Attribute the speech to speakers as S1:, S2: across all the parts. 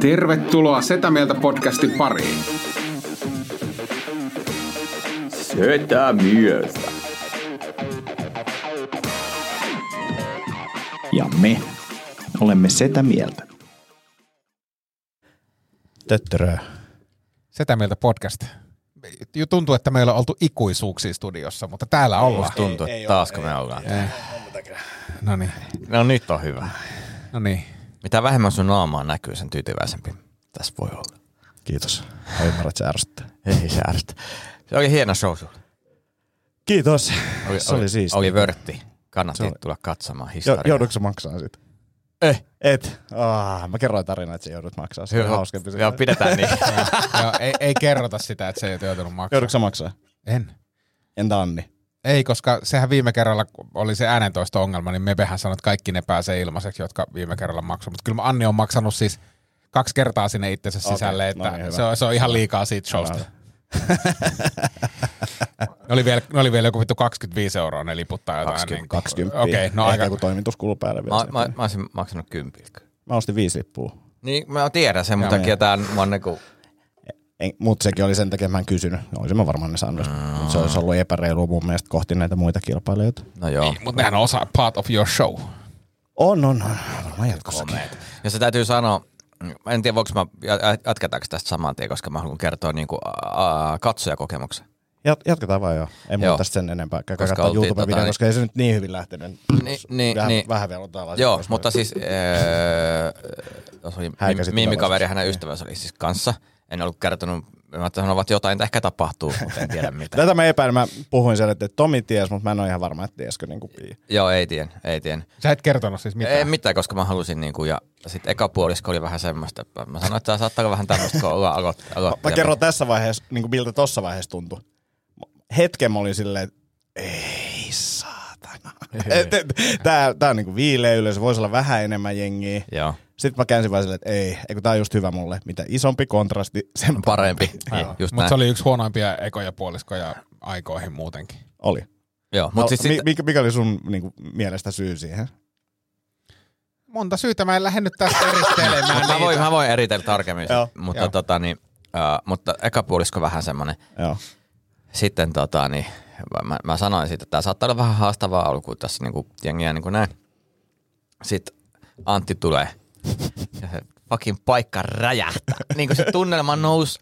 S1: Tervetuloa Setä Mieltä podcastin pariin.
S2: Setä mieltä.
S3: Ja me olemme sitä mieltä.
S4: Töttöröö.
S5: Setä mieltä podcast. Ju- Tuntuu, että meillä on oltu ikuisuuksia studiossa, mutta täällä ollaan.
S4: Musta tuntuu, että taasko me ollaan.
S5: No niin,
S4: No nyt on hyvä.
S5: no niin.
S4: Mitä vähemmän sun naamaa näkyy, sen tyytyväisempi tässä voi olla.
S3: Kiitos. Mä ymmärrän, että se ärsyttää.
S4: Ei se ärsytä. Se oli hieno show sulla.
S3: Kiitos.
S4: Oli,
S3: se oli, siisti.
S4: Oli vörtti. Kannatti
S3: Se oli-
S4: tulla katsomaan
S3: Jo,
S4: historiaa.
S3: joudutko sä maksaa siitä?
S4: Eh,
S3: Et. Ah, mä kerroin tarinaa, että sä joudut maksaa. Se
S4: hyvä.
S3: on hauskempi.
S4: Joo, pidetään niin.
S5: Joo, ei, ei kerrota sitä, että se ei joutunut maksamaan.
S3: Joudutko sä maksaa?
S5: En.
S3: Entä Anni?
S5: Ei, koska sehän viime kerralla, kun oli se äänentoisto-ongelma, niin mepehän sanoi, että kaikki ne pääsee ilmaiseksi, jotka viime kerralla maksoi. Mutta kyllä mä Anni on maksanut siis kaksi kertaa sinne itsensä
S3: Okei,
S5: sisälle,
S3: no
S5: että
S3: niin, hyvä.
S5: se, on, se on ihan liikaa siitä showsta. ne, oli vielä, ne oli vielä joku vittu 25 euroa ne liput tai jotain.
S3: 20.
S5: niin-
S3: 20.
S5: Okei, okay, no
S3: Ehkä
S5: aika.
S3: kun toimitus kuluu päälle
S4: Mä,
S3: vielä.
S4: mä, mä olisin maksanut kympilkö.
S3: mä ostin viisi lippua.
S4: Niin, mä tiedän sen,
S3: Joo,
S4: mutta takia
S3: joo.
S4: tää on mä oon niinku...
S3: En, mut sekin oli sen takia, että mä en kysynyt. Olisin mä varmaan ne saanut. Mm. Se olisi ollut epäreilua mun mielestä kohti näitä muita kilpailijoita.
S4: No joo.
S5: Mutta nehän on osa part of your show.
S3: On, on, on. Varmaan jatkossakin.
S4: komeet. Ja se täytyy sanoa, mä en tiedä voiko mä, jatketaanko tästä saman tien, koska mä haluan kertoa niinku, aa, katsojakokemuksen.
S3: Jat- jatketaan vaan joo. Ei
S4: Joo.
S3: muuta tästä sen enempää. Käykää
S4: Koska
S3: katsoa
S4: oltiin
S3: YouTube-video,
S4: tota,
S3: tota,
S4: niin-
S3: koska ei se nyt niin hyvin lähtenyt.
S4: Niin, niin,
S3: vähän,
S4: niin.
S3: vähän vielä otetaan lasi
S4: Joo,
S3: pois.
S4: mutta siis äh,
S3: Häikäisit
S4: Mimikaveri
S3: tulevaisuudessa.
S4: ja hänen ystävänsä oli siis kanssa. En ollut kertonut, mä että sanovat jotain, että ehkä tapahtuu, mutta en tiedä mitä.
S3: Tätä mä epäilen. Mä puhuin sen, että Tomi ties, mutta mä en ole ihan varma, että tiesikö niin kuin
S4: Joo, ei tien, ei tien.
S5: Sä et kertonut siis mitään.
S4: Ei mitään, koska mä halusin niinku, ja sitten eka puolisko oli vähän semmoista, että mä sanoin, että tää saattaa olla vähän tämmöistä, kun ollaan aloit,
S3: Mä, mä kerron tässä vaiheessa, niin kuin miltä tossa vaiheessa tuntui. Hetken mä olin silleen, että ei saatana. Et- et- tää, tää on niinku viileä yleisö, voisi olla vähän enemmän jengiä.
S4: Joo,
S3: Sitten mä käänsin vaan silleen, että ei, eikö tää on just hyvä mulle. Mitä isompi kontrasti, sen
S4: parempi. Niin, just
S5: Mutta
S4: näin.
S5: se oli yksi huonoimpia ekoja puoliskoja aikoihin muutenkin.
S3: oli. No,
S4: Joo,
S3: Mut
S4: mutta siis sit-
S3: mikä, mikä oli sun niinku, mielestä syy siihen?
S5: Monta syytä mä en lähde nyt tästä niin- erittelemään.
S4: Mutta mä, voin,
S5: niitä.
S4: mä voin eritellä tarkemmin. sen.
S3: Joo.
S4: mutta,
S5: Joo.
S4: tota, niin, äh, mutta eka puolisko vähän semmoinen.
S3: Joo.
S4: Sitten tota, niin, mä, mä sanoin siitä, että tämä saattaa olla vähän haastavaa alkuun tässä niin kuin, jengiä niin kuin näin. Sitten Antti tulee ja se fucking paikka räjähtää. niin kuin se tunnelma nousi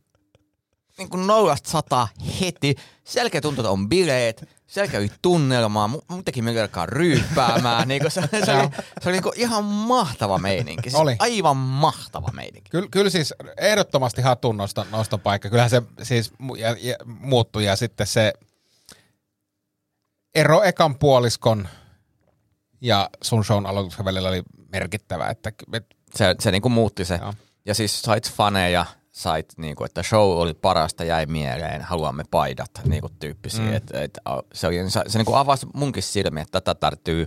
S4: niin kuin nollasta sataa heti. Selkeä tuntuu, että on bileet. Selkeä oli tunnelmaa. Mu- Muutenkin me alkaa ryyppäämään. niin kuin se, se, oli, se oli niin kuin ihan mahtava meininki. Siis
S5: Oli.
S4: Aivan mahtava meininki.
S5: Kyllä, kyllä siis ehdottomasti hatun noston, noston paikka. Kyllähän se siis mu- ja, ja, muuttui ja sitten se ero ekan puoliskon ja sun shown aloituksen välillä oli merkittävä. Että, ky- et,
S4: Se, se niinku muutti se.
S5: Joo.
S4: Joo. Ja siis sait faneja, sait niinku, että show oli parasta, jäi mieleen, haluamme paidat, niinku tyyppisiä. Mm. Et, et, a- se oli, se, se niinku avasi munkin silmiä, että tätä tarvitsee,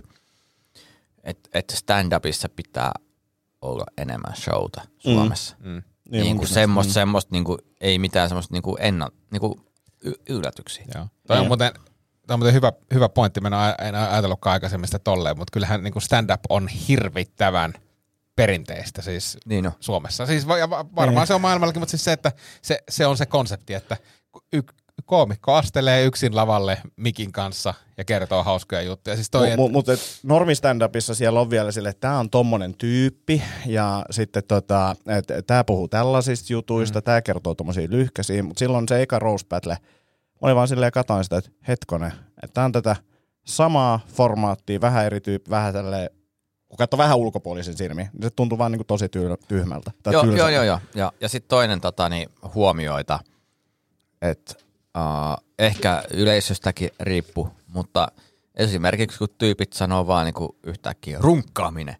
S4: että et stand-upissa pitää olla enemmän showta Suomessa. Mm. Mm. Niin,
S3: munkin
S4: niinku semmoista, mm. semmoista niinku, ei mitään semmoista niinku enna, niinku y- yllätyksiä.
S5: joo. Toi on muuten Tämä on muuten hyvä, hyvä pointti, mä en ole a- en ole ajatellutkaan aikaisemmin sitä tolleen, mutta kyllähän niin stand-up on hirvittävän perinteistä siis
S4: Niin on.
S5: Suomessa. Siis va- ja va-
S3: Niin.
S5: varmaan se on maailmallakin, mutta siis se, että se, se on se konsepti, että y- koomikko astelee yksin lavalle mikin kanssa ja kertoo hauskoja juttuja. Siis toi,
S3: Mu- mu- Mutta normi upissa siellä on vielä sille, että tämä on tommonen tyyppi ja sitten tota, tämä puhuu tällaisista jutuista, mm. tämä kertoo tommosia lyhkäisiä, mutta silloin se eka Rose Battle, mä olin vaan silleen katoin sitä, että hetkonen, että tää on tätä samaa formaattia, vähän eri tyyppi, vähän tälleen, kun katsoo vähän ulkopuolisen silmiin, niin se tuntuu vaan niinku tosi tyl- tyhmältä. Tai
S4: Joo, joo,
S3: tylsältä.
S4: joo, joo. Ja, ja sitten toinen tota, niin, huomioita, että uh, ehkä yleisöstäkin riippuu, mutta esimerkiksi kun tyypit sanoo vaan niin kuin yhtäkkiä runkkaaminen,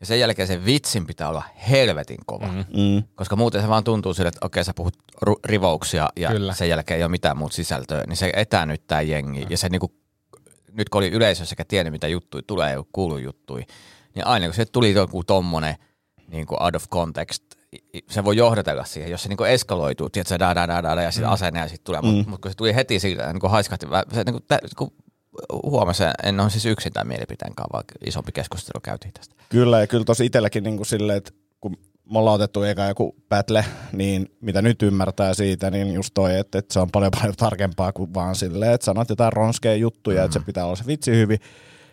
S4: ja sen jälkeen sen vitsin pitää olla helvetin kova. Mm.
S3: Mm.
S4: Koska muuten se vaan tuntuu sille, että okei sä puhut ru- rivouksia ja
S5: Kyllä.
S4: Kyllä. sen jälkeen ei ole mitään muuta sisältöä, niin se etäännyttää jengi. Ja se niinku, nyt kun oli yleisössä eikä tiennyt mitä juttuja tulee, ei ollut kuullut juttuja, niin aina kun se tuli joku tommonen niin kuin out of context, i- i- se voi johdatella siihen, jos se niin eskaloituu, tiedätkö, da, da, da, da, da, ja sitten mm. asenne ja sitten tulee. Mm. Mutta mut kun se tuli heti siitä, niin kuin haiskahti, vähän- se niin kuin, tä, niin kuin huomasi, en ole siis yksin tämän mielipiteen kanssa, vaan isompi keskustelu käytiin tästä.
S3: Kyllä, ja kyllä tosi itselläkin niin kuin silleen, että kun me ollaan otettu eka joku battle, niin mitä nyt ymmärtää siitä, niin just toi, että, että se on paljon paljon tarkempaa kuin vaan silleen, että sanot jotain ronskeja juttuja, mm. että se pitää olla se vitsi hyvin.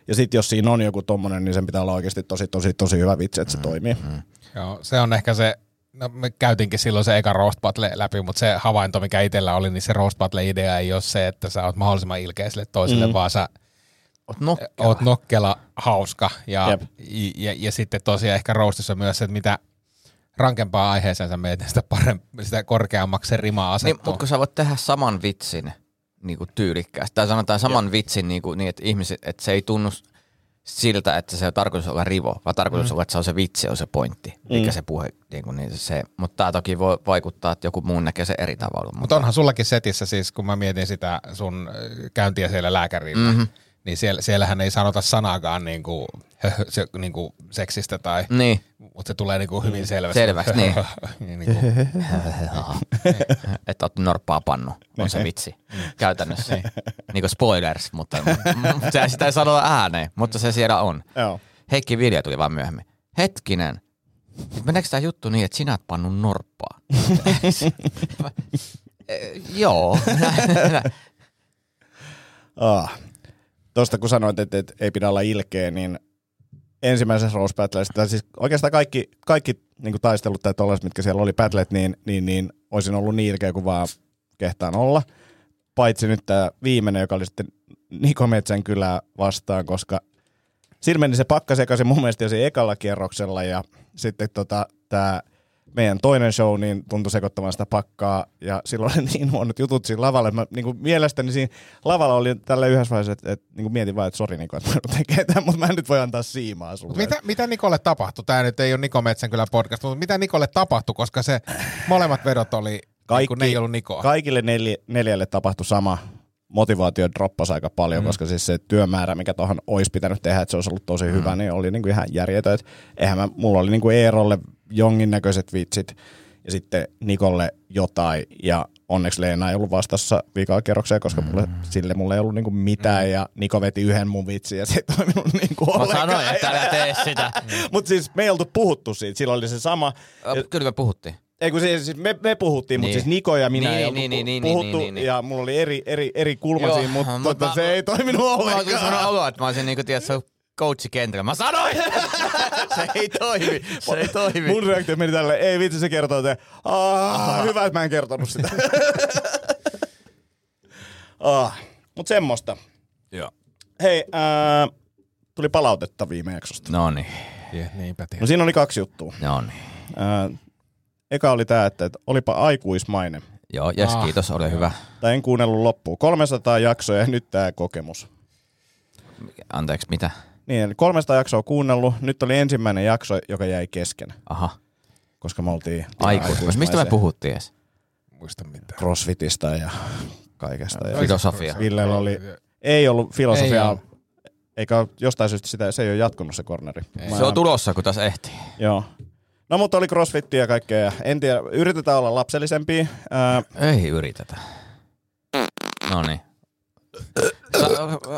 S3: Ja sitten jos siinä on joku tommonen, niin sen pitää olla oikeasti tosi, tosi, tosi hyvä vitsi, että se toimii. Mm.
S5: Joo, se on ehkä se, no me käytiinkin silloin se eka roast battle läpi, mutta se havainto, mikä itsellä oli, niin se roast battle idea ei ole se, että sä oot mahdollisimman ilkeä sille toiselle, mm. vaan sä
S4: Oot nokkela.
S5: oot nokkela, hauska ja,
S3: Jep.
S5: ja, ja, ja sitten tosiaan ehkä roastissa myös se, että mitä rankempaa aiheeseen sä meet, niin sitä, parempi, sitä korkeammaksi se rima
S4: Niin,
S5: asettuu.
S4: mutta kun sä voit tehdä saman vitsin niin kuin tyylikkäästi, tai sanotaan saman ja. vitsin niin, kuin, niin että ihmiset, että se ei tunnu siltä, että se on tarkoitus olla rivo, vaan tarkoitus mm. on, että se on se vitsi, on se pointti, mikä se puhe, niin kuin, niin se, mutta tämä toki voi vaikuttaa, että joku muu näkee se eri tavalla.
S5: Mutta onhan sullakin setissä siis, kun mä mietin sitä sun äh, käyntiä siellä lääkärillä, mm-hmm. niin siellä, siellähän ei sanota sanaakaan niin kuin, se, niin kuin seksistä tai, mm.
S4: Niin,
S5: mutta se tulee niin kuin hyvin selvästi.
S4: Selväksi, niin.
S5: niin kuin,
S4: että oot norppaa pannu, on se vitsi käytännössä. niin kuin spoilers, mutta mutta se- sitä ei sanota ääneen, mutta se siellä on.
S3: Joo.
S4: Heikki Vilja tuli vaan myöhemmin. Hetkinen, nyt meneekö tämä juttu niin, että sinä oot pannut norppaa? Eh, Joo.
S3: Ah. Tuosta kun sanoit, että, että ei pidä olla ilkeä, niin ensimmäisessä Rose Battleissa, tai siis oikeastaan kaikki, kaikki niin kuin taistelut tai tollaiset, mitkä siellä oli battlet, niin, niin, niin olisin ollut niin ilkeä kuin vaan kehtaan olla. Paitsi nyt tämä viimeinen, joka oli sitten Niko Metsän kylää vastaan, koska siinä meni se pakka sekaisin mun mielestä jo siinä ekalla kierroksella ja sitten tota, tämä meidän toinen show niin tuntui sekoittamaan sitä pakkaa ja silloin oli niin huonot jutut siinä lavalla. Mä, niin kuin mielestäni siinä lavalla oli tällä yhdessä vaiheessa, että, että niin kuin mietin vaan, että sori Niko, että mä joudun tekemään tämän, mutta mä en nyt voi antaa siimaa sulle.
S5: mitä, mitä Nikolle tapahtui? Tämä nyt ei ole Niko Metsän kyllä podcast, mutta mitä Nikolle tapahtui, koska se molemmat vedot oli, Kaikki, niin kuin ne ei ollut Nikoa.
S3: Kaikille neli, neljälle tapahtui sama. Motivaatio droppasi aika
S4: Mhm.
S3: paljon, mm. koska siis se työmäärä, mikä tuohon olisi pitänyt tehdä, että se olisi ollut tosi mm.
S4: Mhm.
S3: hyvä, niin oli niinku ihan järjetön. Et Eihän mä, mulla oli niinku Eerolle jonkinnäköiset vitsit ja sitten Nikolle jotain ja onneksi Leena ei ollut vastassa viikaa kerrokseen, koska mulle,
S4: Mhm.
S3: sille mulle ei ollut niinku mitään ja Niko veti yhden mun vitsin ja se ei toiminut niinku
S4: Mä
S3: ollenkaan.
S4: sanoin, että älä tee sitä.
S3: Mutta siis me ei oltu puhuttu siitä, sillä oli se sama. Ja-
S4: Kyllä me puhuttiin.
S3: ei kun siis, siis me, me puhuttiin, niin. mutta
S4: Niin.
S3: siis Niko ja minä
S4: Niin,
S3: ei ollut
S4: niin,
S3: niin,
S4: niin, niin,
S3: puhuttu
S4: niin, niin, niin.
S3: ja mulla oli eri, eri, eri kulma
S4: Joo,
S3: siinä, mutta,
S4: mutta-
S3: tota, se ei toiminut
S4: Mä oon kyllä sanonut
S3: ollenkaan.
S4: oloa, että mä olisin niinku, tiedätkö, coachi kentällä. Mä sanoin! se ei toimi, se ei toimi.
S3: Mun reaktio meni tälle, ei vitsi se kertoo te. Aah, hyvä, että mä en kertonut sitä. ah, mut semmoista.
S4: Joo.
S3: Hei, ää, tuli palautetta viime jaksosta.
S4: Noniin,
S5: Yeah, niinpä
S3: No siinä oli kaksi juttua.
S4: noniin.
S3: Ää, eka oli tää, että, että olipa aikuismainen.
S4: Joo, jes,
S5: Ah.
S4: kiitos, ole hyvä.
S3: Tai en kuunnellut loppuun. 300 jaksoa ja nyt tää kokemus.
S4: Anteeksi, mitä?
S3: Niin, eli 300 jaksoa kuunnellut. Nyt oli ensimmäinen jakso, joka jäi kesken,
S4: Aha,
S3: koska me oltiin
S4: aikuisuus. Mistä me puhuttiin edes?
S5: Muista mitään.
S3: Crossfitista ja kaikesta. Ja
S4: Filosofia.
S3: Villellä oli, ei ollut filosofiaa,
S5: Ei
S3: ei eikä ole jostain syystä sitä, se ei ole jatkunut se corneri. Mä-
S4: Se on tulossa, kun tässä ehtii.
S3: Joo. No mutta oli crossfittiä ja kaikkea. ja En tiedä, yritetään olla lapsellisempia. Ää,
S4: Ei yritetä. No niin.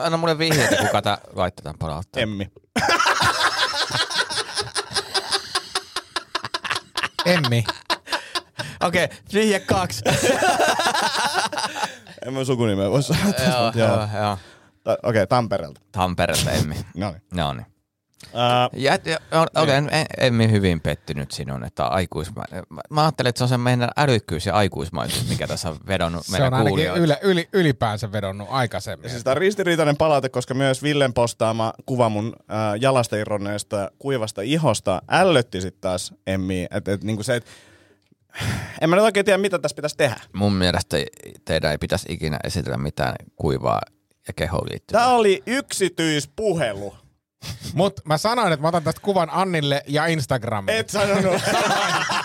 S4: anna mulle vihjeitä, kuka tää laittaa tämän palautteen.
S3: Emmi.
S5: Emmi.
S4: Okei, okay, vihje kaksi.
S3: En mä sukunimeä voi sanoa. tässä,
S4: joo,
S3: mutta
S4: joo, joo.
S3: Ta- Okei, Tampereelta.
S4: Tampereelta Emmi.
S3: No niin.
S4: No niin.
S3: Äh,
S4: Ja, ja, olen en- Emmi hyvin pettynyt sinun, että aikuisma... Mä, mä ajattelin, että se on se meidän älykkyys ja aikuismaisuus, mikä tässä on vedonnut
S5: Se on
S4: meidän
S5: ainakin
S4: kuulijoita. Yle.
S5: yle, yli, ylipäänsä vedonnut aikaisemmin.
S3: siis tämä on ristiriitainen palaute, koska myös Villen postaama kuva mun äh, jalasta irronneesta kuivasta ihosta ällötti sitten taas Emmi. Että et, niinku se, et, en mä nyt oikein tiedä, mitä tässä pitäisi tehdä.
S4: Mun mielestä teidän ei pitäisi ikinä esitellä mitään kuivaa ja kehoon liittyvää.
S3: Tämä oli yksityispuhelu.
S5: Mut mä sanoin, että mä otan tästä kuvan Annille ja Instagramiin.
S3: Et sanonut.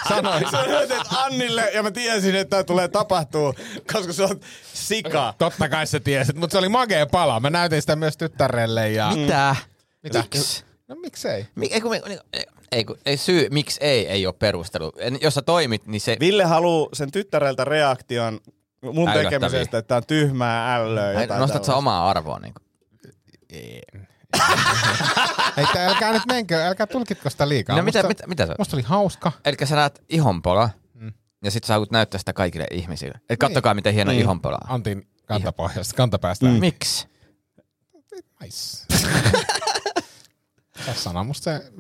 S5: Sanoin.
S3: Sanoit, että Annille, ja mä tiesin, että tämä tulee tapahtuu, koska se on sika.
S5: Totta kai sä tiesit, mutta se oli magea pala. Mä näytin sitä myös tyttärelle ja...
S4: No, Mitä?
S5: Mitä?
S4: Miksi?
S5: No miksei?
S4: Mik, ei, kun, mi- niinku, ei, ei, kun, ei syy, miksi ei, ei ole perustelu. En, jos sä toimit, niin se...
S3: Ville haluu sen tyttäreltä reaktion mun
S4: Äyrättäviä.
S3: tekemisestä, että tää on tyhmää ällöä.
S4: Ai,
S3: jotain
S4: Nostat sä
S3: tällaista.
S4: omaa arvoa. Niin
S5: Ei, tää- älkää nyt menkö, älkää tulkitko sitä liikaa.
S4: no mitä,
S5: musta,
S4: mitä, mitä se on?
S5: musta oli hauska.
S4: Eli sä näet ihonpola, mm. ja sit sä haluat näyttää sitä kaikille ihmisille.
S3: Niin.
S4: Et kattokaa, miten hieno mm. ihonpola on.
S5: Antin kantapohjasta, kantapäästä. Mm.
S4: Miksi?
S5: Nice. Tässä on musta se,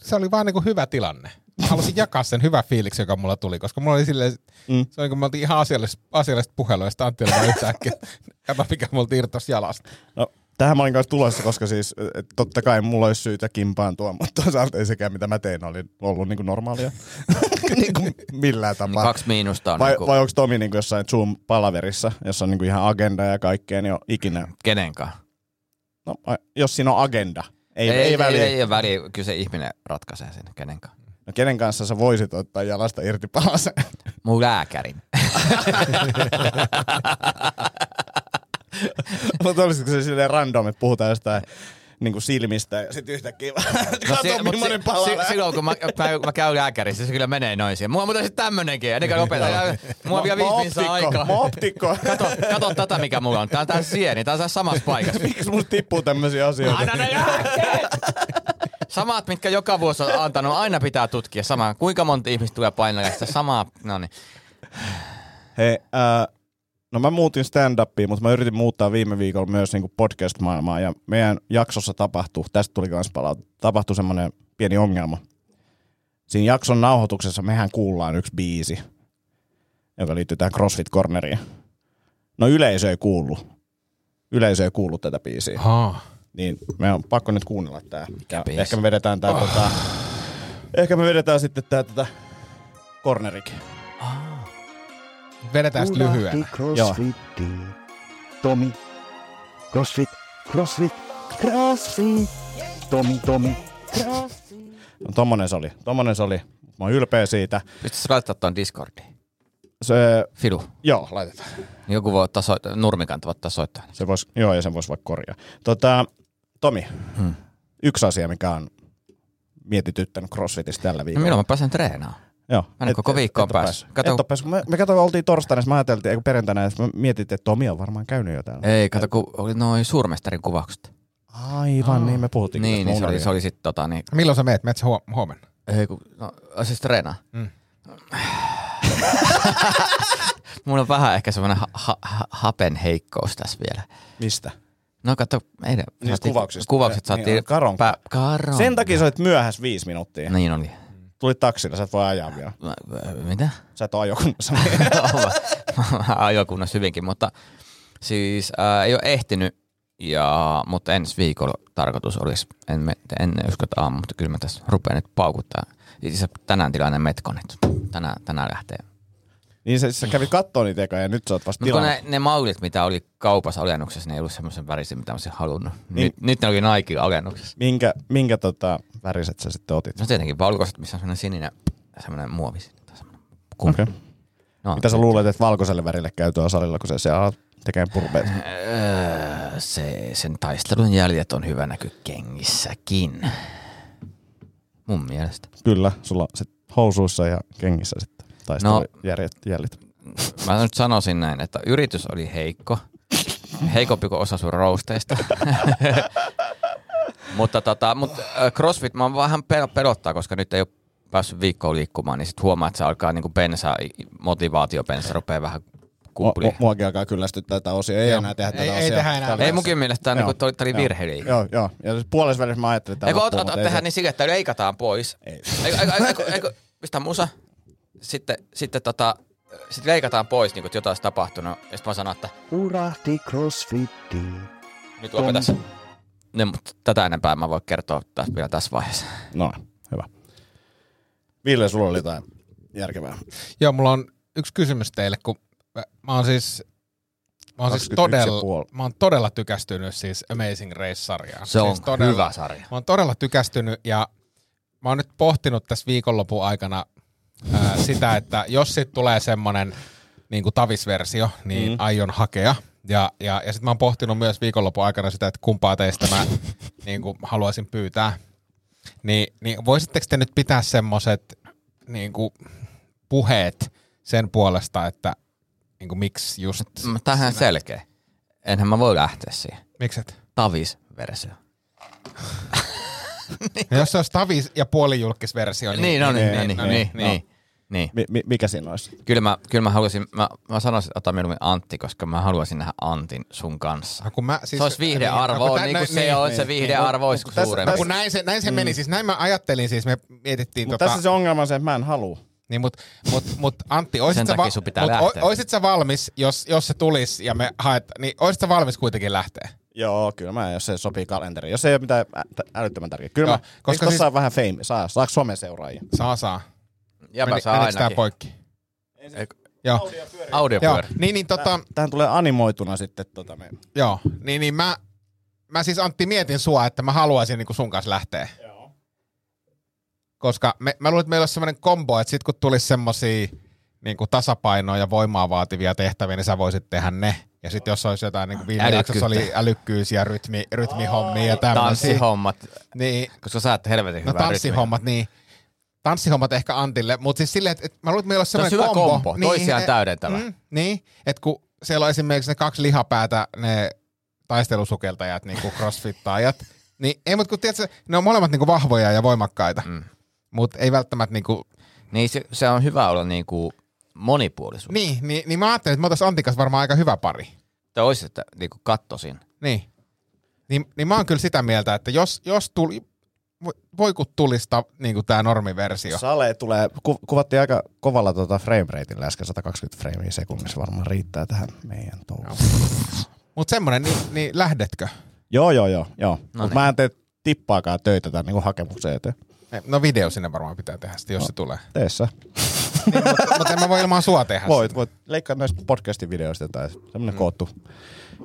S5: se oli vaan niinku hyvä tilanne. Mä halusin jakaa sen hyvä fiiliksi, joka mulla tuli, koska mulla oli silleen, mm. se oli kun me oltiin ihan asiallista, asiallista puhelua, ja sitten Antti oli vaan yhtäkkiä, että kato mikä multa irtos jalasta.
S3: No, tähän mä olin kanssa tulossa, koska siis et, totta kai mulla olisi syytä kimpaantua, mutta toisaalta ei sekään mitä mä tein oli ollut niin kuin normaalia. niin kuin millään
S4: Niin
S3: tapaa.
S4: kaksi miinusta on
S3: vai,
S4: niinku,
S3: vai onko Tomi niin kuin jossain Zoom-palaverissa, jossa on niin kuin ihan agenda ja kaikkea, niin on ikinä.
S4: kenenkaan.
S3: No, ai- jos siinä on agenda, ei, ei, ei,
S4: ei,
S3: väliä.
S4: ei, ole väliä. Kyllä se ihminen ratkaisee sen, kenenkaan.
S3: No, kenen kanssa sä voisit ottaa jalasta irti palasen?
S4: Mun lääkärin.
S3: Mutta olisiko se silleen random, että puhutaan jostain niin kuin silmistä ja sitten yhtäkkiä vaan, kato
S4: No si- mut
S3: millainen
S4: si-
S3: pala
S4: si- Silloin kun mä, mä, mä käyn lääkärissä, se kyllä menee noin siihen. Mulla on muuten sitten tämmönenkin, ennen kuin lopetan. Mulla on vielä viisi minuuttia aikaa.
S3: Mä optikko.
S4: Kato, kato tätä, mikä mulla on. Tää on tää sieni, tää on tässä samassa paikassa.
S3: Miksi musta tippuu tämmöisiä asioita?
S4: Aina ne lääkkeet! Samat, mitkä joka vuosi on antanut, aina pitää tutkia samaa. Kuinka monta ihmistä tulee painaa sitä samaa? No niin.
S3: Hei, äh, no mä muutin stand-upiin, mutta mä yritin muuttaa viime viikolla myös niinku podcast-maailmaa. Ja meidän jaksossa tapahtui, tästä tuli kans palaut, tapahtui semmoinen pieni ongelma. Siinä jakson nauhoituksessa mehän kuullaan yksi biisi, joka liittyy tähän CrossFit Corneriin. No yleisö ei kuullut. Yleisö ei kuullut tätä biisiä.
S5: Haa.
S3: niin me on pakko nyt kuunnella tää. Ja
S4: biisi?
S3: ehkä me vedetään tää oh. tota, ehkä me vedetään sitten tää tota cornerikin.
S5: Vedetään sit lyhyenä.
S6: Crossfitiin. Tomi. Crossfit. Crossfit. Crossfit. Tomi, Tomi.
S3: No, tommonen se oli, tommonen se oli. Mä oon ylpeä siitä.
S4: Pystytkö laittaa tuon Discordiin?
S3: Se,
S4: Fidu.
S3: joo, laitetaan.
S4: Joku voi ottaa soittaa, nurmikan voi ottaa soittaa.
S3: Se vois, joo, ja sen vois vaikka korjaa. Tota, Tomi, hmm. yksi asia, mikä on mietityttänyt CrossFitissa tällä
S4: No
S3: viikolla.
S4: milloin mä pääsen treenaamaan?
S3: Joo.
S4: Mä en oo koko viikkoon
S3: et,
S4: päässyt.
S3: Kato.
S4: Kato-
S3: Et oo päässyt. Me, me kato, oltiin torstaina, sit mä ajateltiin, eikö perjantaina, että me mietittiin, että Tomi on varmaan käynyt jo täällä.
S4: Ei, kato, kun oli noin suurmestarin kuvaukset.
S3: Aivan, niin me puhuttiin.
S4: Niin, niin se oli, se oli sitten tota niin.
S5: Milloin sä meet? Meet sä huom- huomenna?
S4: Ei, kun, no, siis treenaa. Mm. Mulla on vähän ehkä semmoinen ha- ha- ha- hapen heikkous tässä vielä.
S3: Mistä?
S4: No kato, meidän saatiin-
S3: kuvauksista.
S4: kuvaukset
S3: Niin,
S4: saatiin.
S3: on karon-
S4: karon.
S3: Sen takia sä olit myöhässä viisi minuuttia.
S4: Niin oli.
S3: Tulit taksilla, sä et voi ajaa vielä.
S4: Mä- mä- Mitä?
S3: Sä et ole ajokunnassa.
S4: Ajokunnassa hyvinkin, mutta siis ää, ei ole ehtinyt, ja, mutta ensi viikolla tarkoitus olisi, en, me, en usko, että aamu, mutta kyllä mä tässä rupean nyt paukuttaa. Itse asiassa tänään tilanne metkonet. Tänään, tänään lähtee.
S3: niin sä, sä kävit kattoo niitä ekoja ja nyt sä oot vasta
S4: Mutta No kun
S3: tilalla.
S4: ne, ne mallit, mitä oli kaupassa alennuksessa, ne ei ollut semmoisen värisen, mitä mä olisin halunnut. Niin. Nyt, nyt ne oli Nike alennuksessa.
S3: Minkä, minkä tota, väriset sä sitten otit?
S4: No tietenkin valkoiset, missä on semmoinen sininen, semmoinen muovi. siinä, tai semmoinen kummi.
S3: Okay.
S4: No,
S3: Mitä sä luulet, että valkoiselle värille käytyä salilla, kun sä siellä alat tekemään purpeet?
S4: Öö, se, sen taistelun jäljet on hyvä näky kengissäkin. Mun mielestä.
S3: Kyllä, sulla sit housuissa ja kengissä sitten taistelujäljet. No.
S4: Mä nyt sanoisin näin, että yritys oli heikko. heikompi kuin osa sun rousteista. mutta tota, mut äh, crossfit mä vähän pel- pelottaa, koska nyt ei ole päässyt viikkoon liikkumaan, niin sit huomaa, että se alkaa niinku bensa, motivaatiobensa rupeaa vähän
S3: Mu-
S4: kumpuliin.
S3: Muakin alkaa kyllästyttää tätä osia. Ei enää tehdä tätä
S5: Ei- ei
S3: osia.
S5: tehdä enää.
S3: Tällä-
S4: Ei munkin mielestä tämä
S3: Joo,
S4: niinku, oli, oli
S3: joo,
S4: virheiliin.
S3: Joo, joo. Ja siis puolessa välissä mä ajattelin, että
S4: Eikö
S3: tämä
S4: ot,
S3: loppuu,
S4: ot,
S3: mutta
S4: ot,
S3: ei
S4: tehdä
S3: se-
S4: niin sikättä, leikataan pois.
S3: Ei.
S4: Eikö, eikö, eikö, eikö, mistä musa? Sitten, sitten tota, sit leikataan pois, niin kun, että jotain olisi tapahtunut. Ja sitten mä sanon, että
S6: Hurahti crossfittiin.
S4: nyt lopeta se. No, mutta tätä enempää mä voi kertoa tässä, vielä tässä vaiheessa.
S5: niin.
S3: No, hyvä. Ville, sulla oli jotain järkevää.
S5: Joo, mulla on yksi kysymys teille, kun mä, mä oon siis, mä oon siis
S3: 21,5.
S5: todella, mä oon todella tykästynyt siis Amazing Race-sarjaan.
S4: Se on
S5: siis todella,
S4: hyvä sarja.
S5: Mä oon todella tykästynyt ja mä oon nyt pohtinut tässä viikonlopun aikana ää, sitä, että jos sit tulee semmonen niin kuin tavisversio, niin mm. aion hakea. Ja, ja, ja sitten mä oon pohtinut myös viikonlopun aikana sitä, että kumpaa teistä mä niin kuin haluaisin pyytää. Niin, niin voisitteko te nyt pitää semmoset niin kuin puheet sen puolesta, että niin kuin miksi just...
S4: M- Tämähän on selkeä. Enhän mä voi lähteä siihen.
S5: Mikset?
S4: Tavis-versio.
S5: No jos se olisi tavis- ja puolijulkisversio, niin...
S4: Niin, no niin,
S3: niin,
S4: niin,
S3: no
S4: niin, niin,
S3: niin,
S4: niin, niin.
S3: Mi- mi- mikä siinä olisi?
S4: Kyllä mä, kyllä mä haluaisin, mä, mä sanoisin, että ota mieluummin Antti, koska mä haluaisin nähdä Antin sun kanssa.
S5: No kun mä, siis,
S4: Se olisi
S5: No kun
S4: viihdearvo,
S5: tä-
S4: niin
S5: no
S4: kuin se on, se Mm. viihdearvo olisi
S3: tässä-
S4: suurempi.
S5: No kun näin se, näin se meni, siis näin mä ajattelin, siis me mietittiin
S3: Mutta
S5: tota,
S3: tässä se ongelma on se, että mä en halua.
S5: niin mut, mut, mut Antti, oisit,
S4: Sen
S5: sä,
S4: takia
S5: va-
S4: sun pitää
S5: mut,
S4: lähteä.
S5: o- oisit sä valmis, jos, jos se tulisi ja me haet, niin oisit sä valmis kuitenkin lähteä?
S3: Joo, kyllä mä, jos se sopii kalenteriin. Jos ei ole mitään ä- tä- älyttömän tärkeää. Kyllä
S5: Joo,
S3: Joo, mä,
S5: koska
S3: koska
S5: siis-
S3: siis... saa vähän fame, saa, saako Suomen seuraajia?
S5: Saa, saa.
S4: Jäpä
S5: Meni-
S4: saa
S5: menikö tää
S4: ainakin.
S5: poikki?
S4: Eikö-
S5: Joo, joo.
S4: Audiopyörä.
S5: Niin, niin, tota,
S3: Tähän tulee animoituna sitten tota me.
S5: joo, niin, niin mä, mä siis Antti mietin sua, että mä haluaisin niin sun kanssa lähteä. Joo. Koska me, mä luulen, että meillä olisi sellainen kombo, että sit kun tulisi semmosia niin kuin tasapainoa ja voimaa vaativia tehtäviä, niin sä voisit tehdä ne. Ja sitten jos olisi jotain, niin kuin viime
S4: Älykkyyttä.
S5: jaksossa oli älykkyys ja rytmi, rytmihommia ja tämmöisiä.
S4: Tanssihommat,
S5: Niin,
S4: koska sä et helvetin
S5: no
S4: hyvää
S5: tanssihommat, niin. Tanssihommat ehkä Antille, mutta siis silleen, että, että mä luulen, että meillä olisi
S4: on
S5: sellainen
S4: hyvä
S5: kombo.
S4: kombo, toisiaan
S5: eh,
S4: täydentävä.
S5: niin, että kun siellä on esimerkiksi ne kaksi lihapäätä, ne taistelusukeltajat, niin kuin crossfittaajat, niin ei, mutta kun tiedätkö, ne on molemmat niin kuin vahvoja ja voimakkaita, mm. mutta ei välttämättä niin kuin,
S4: Niin se, se on hyvä olla niinku monipuolisuus.
S5: niin, niin, niin mä ajattelin, että me oltaisiin Antikas varmaan aika hyvä pari.
S4: Että olisi, että niinku kattosin.
S5: Niin. Niin, niin mä oon kyllä sitä mieltä, että jos, jos tuli, voi, voi kun tulista niin kuin tämä normiversio.
S3: Sale tulee, ku, kuvattiin aika kovalla tota frame rateillä äsken, 120 framea sekunnissa varmaan riittää tähän meidän touhuun.
S5: Mutta semmoinen, niin, niin lähdetkö?
S3: Joo, joo, joo. joo. Mutta mä en tee tippaakaan töitä tämän niin hakemuksen eteen.
S5: No video sinne varmaan pitää tehdä sitten, jos no. se tulee.
S3: Tee sä.
S5: Niin, mutta, mutta en mä voi ilman sua tehdä
S3: Voit, voit leikkaa näistä podcastin videoista tai semmoinen mm. koottu.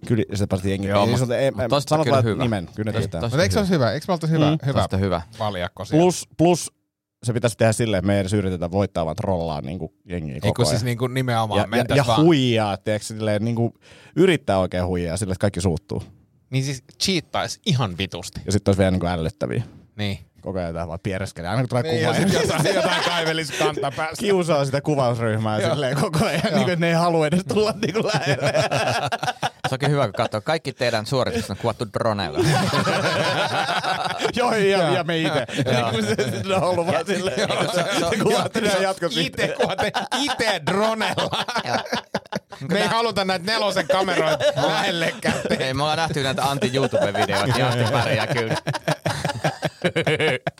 S3: Kyllä se päästä jengi.
S4: Joo,
S3: Ei,
S4: mut-
S3: sanota- ei,
S4: mut
S3: ei,
S4: tosta
S3: sanot
S4: kyllä
S3: vaan
S4: hyvä.
S3: nimen, kyllä ne
S4: Tosta-
S3: tietää.
S4: tosta
S5: Mutta eikö se olisi hyvä? Eikö me oltaisi hyvä, mm, hyvä
S4: Tästä hyvä.
S5: valjakko siellä?
S3: Plus, plus se pitäisi tehdä silleen, että me ei edes yritetä voittaa, vaan trollaan niin jengiä
S5: Ei
S3: koko
S5: kun
S3: ajan.
S5: siis niin kuin nimenomaan
S3: ja, ja,
S5: mentäis
S3: ja
S5: vaan.
S3: huijaa, tiedätkö, silleen, niin kuin, yrittää oikein huijaa silleen, että kaikki suuttuu.
S5: Niin siis cheattaisi ihan vitusti.
S3: Ja sitten olisi vielä niin kuin ällöttäviä.
S5: Niin.
S3: Koko ajan tähän vaan piereskelee. Aina kun tulee
S5: Niin,
S3: kuva,
S5: ja sit
S3: niin
S5: jotain, jotain kaivelis kantapäästä.
S3: kiusaa sitä kuvausryhmää silleen koko ajan, niin kuin, että ne ei halua edes tulla niin kuin lähelle.
S4: Se onkin hyvä, kun katsoo. Kaikki teidän suoritukset on kuvattu droneilla.
S3: Joo, ja, ja me itse. Niin kuin se, se on ollut vaan silleen. niinku, Se kuvaat ja jatkot
S5: Ite, kuvatte, ite dronella. Me ei haluta näitä nelosen kameroita lähellekään.
S4: Ei, me ollaan nähty näitä Antin YouTube-videoita. Ja Antti pärjää kyllä.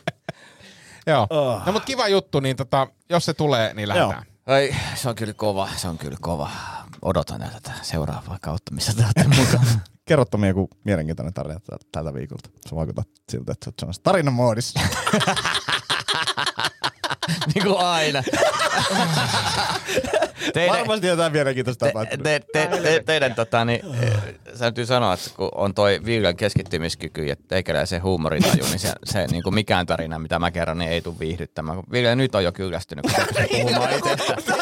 S5: Joo. No mut kiva juttu, niin tota, jos se tulee, niin lähdetään.
S4: Ai, se on kyllä kova, se on kyllä kova. Odotan jo tätä seuraavaa kautta, missä te olette mukana.
S3: Kerrottomia joku mielenkiintoinen tarina tältä- tältä viikolta. Se vaikuttaa siltä, että se on tarinan moodissa.
S4: niin kuin aina. teidän,
S3: Varmasti jotain mielenkiintoista
S4: te,
S3: tapahtunut.
S4: te, te, te, teidän tota, niin, eh, täytyy sanoa, että kun on toi Viljan keskittymiskyky ja teikäläisen huumorintaju, niin se, se niin kuin mikään tarina, mitä mä kerron, niin ei tule viihdyttämään. Kun Vilja nyt on jo kyllästynyt, kun se pystyy puhumaan itsestä.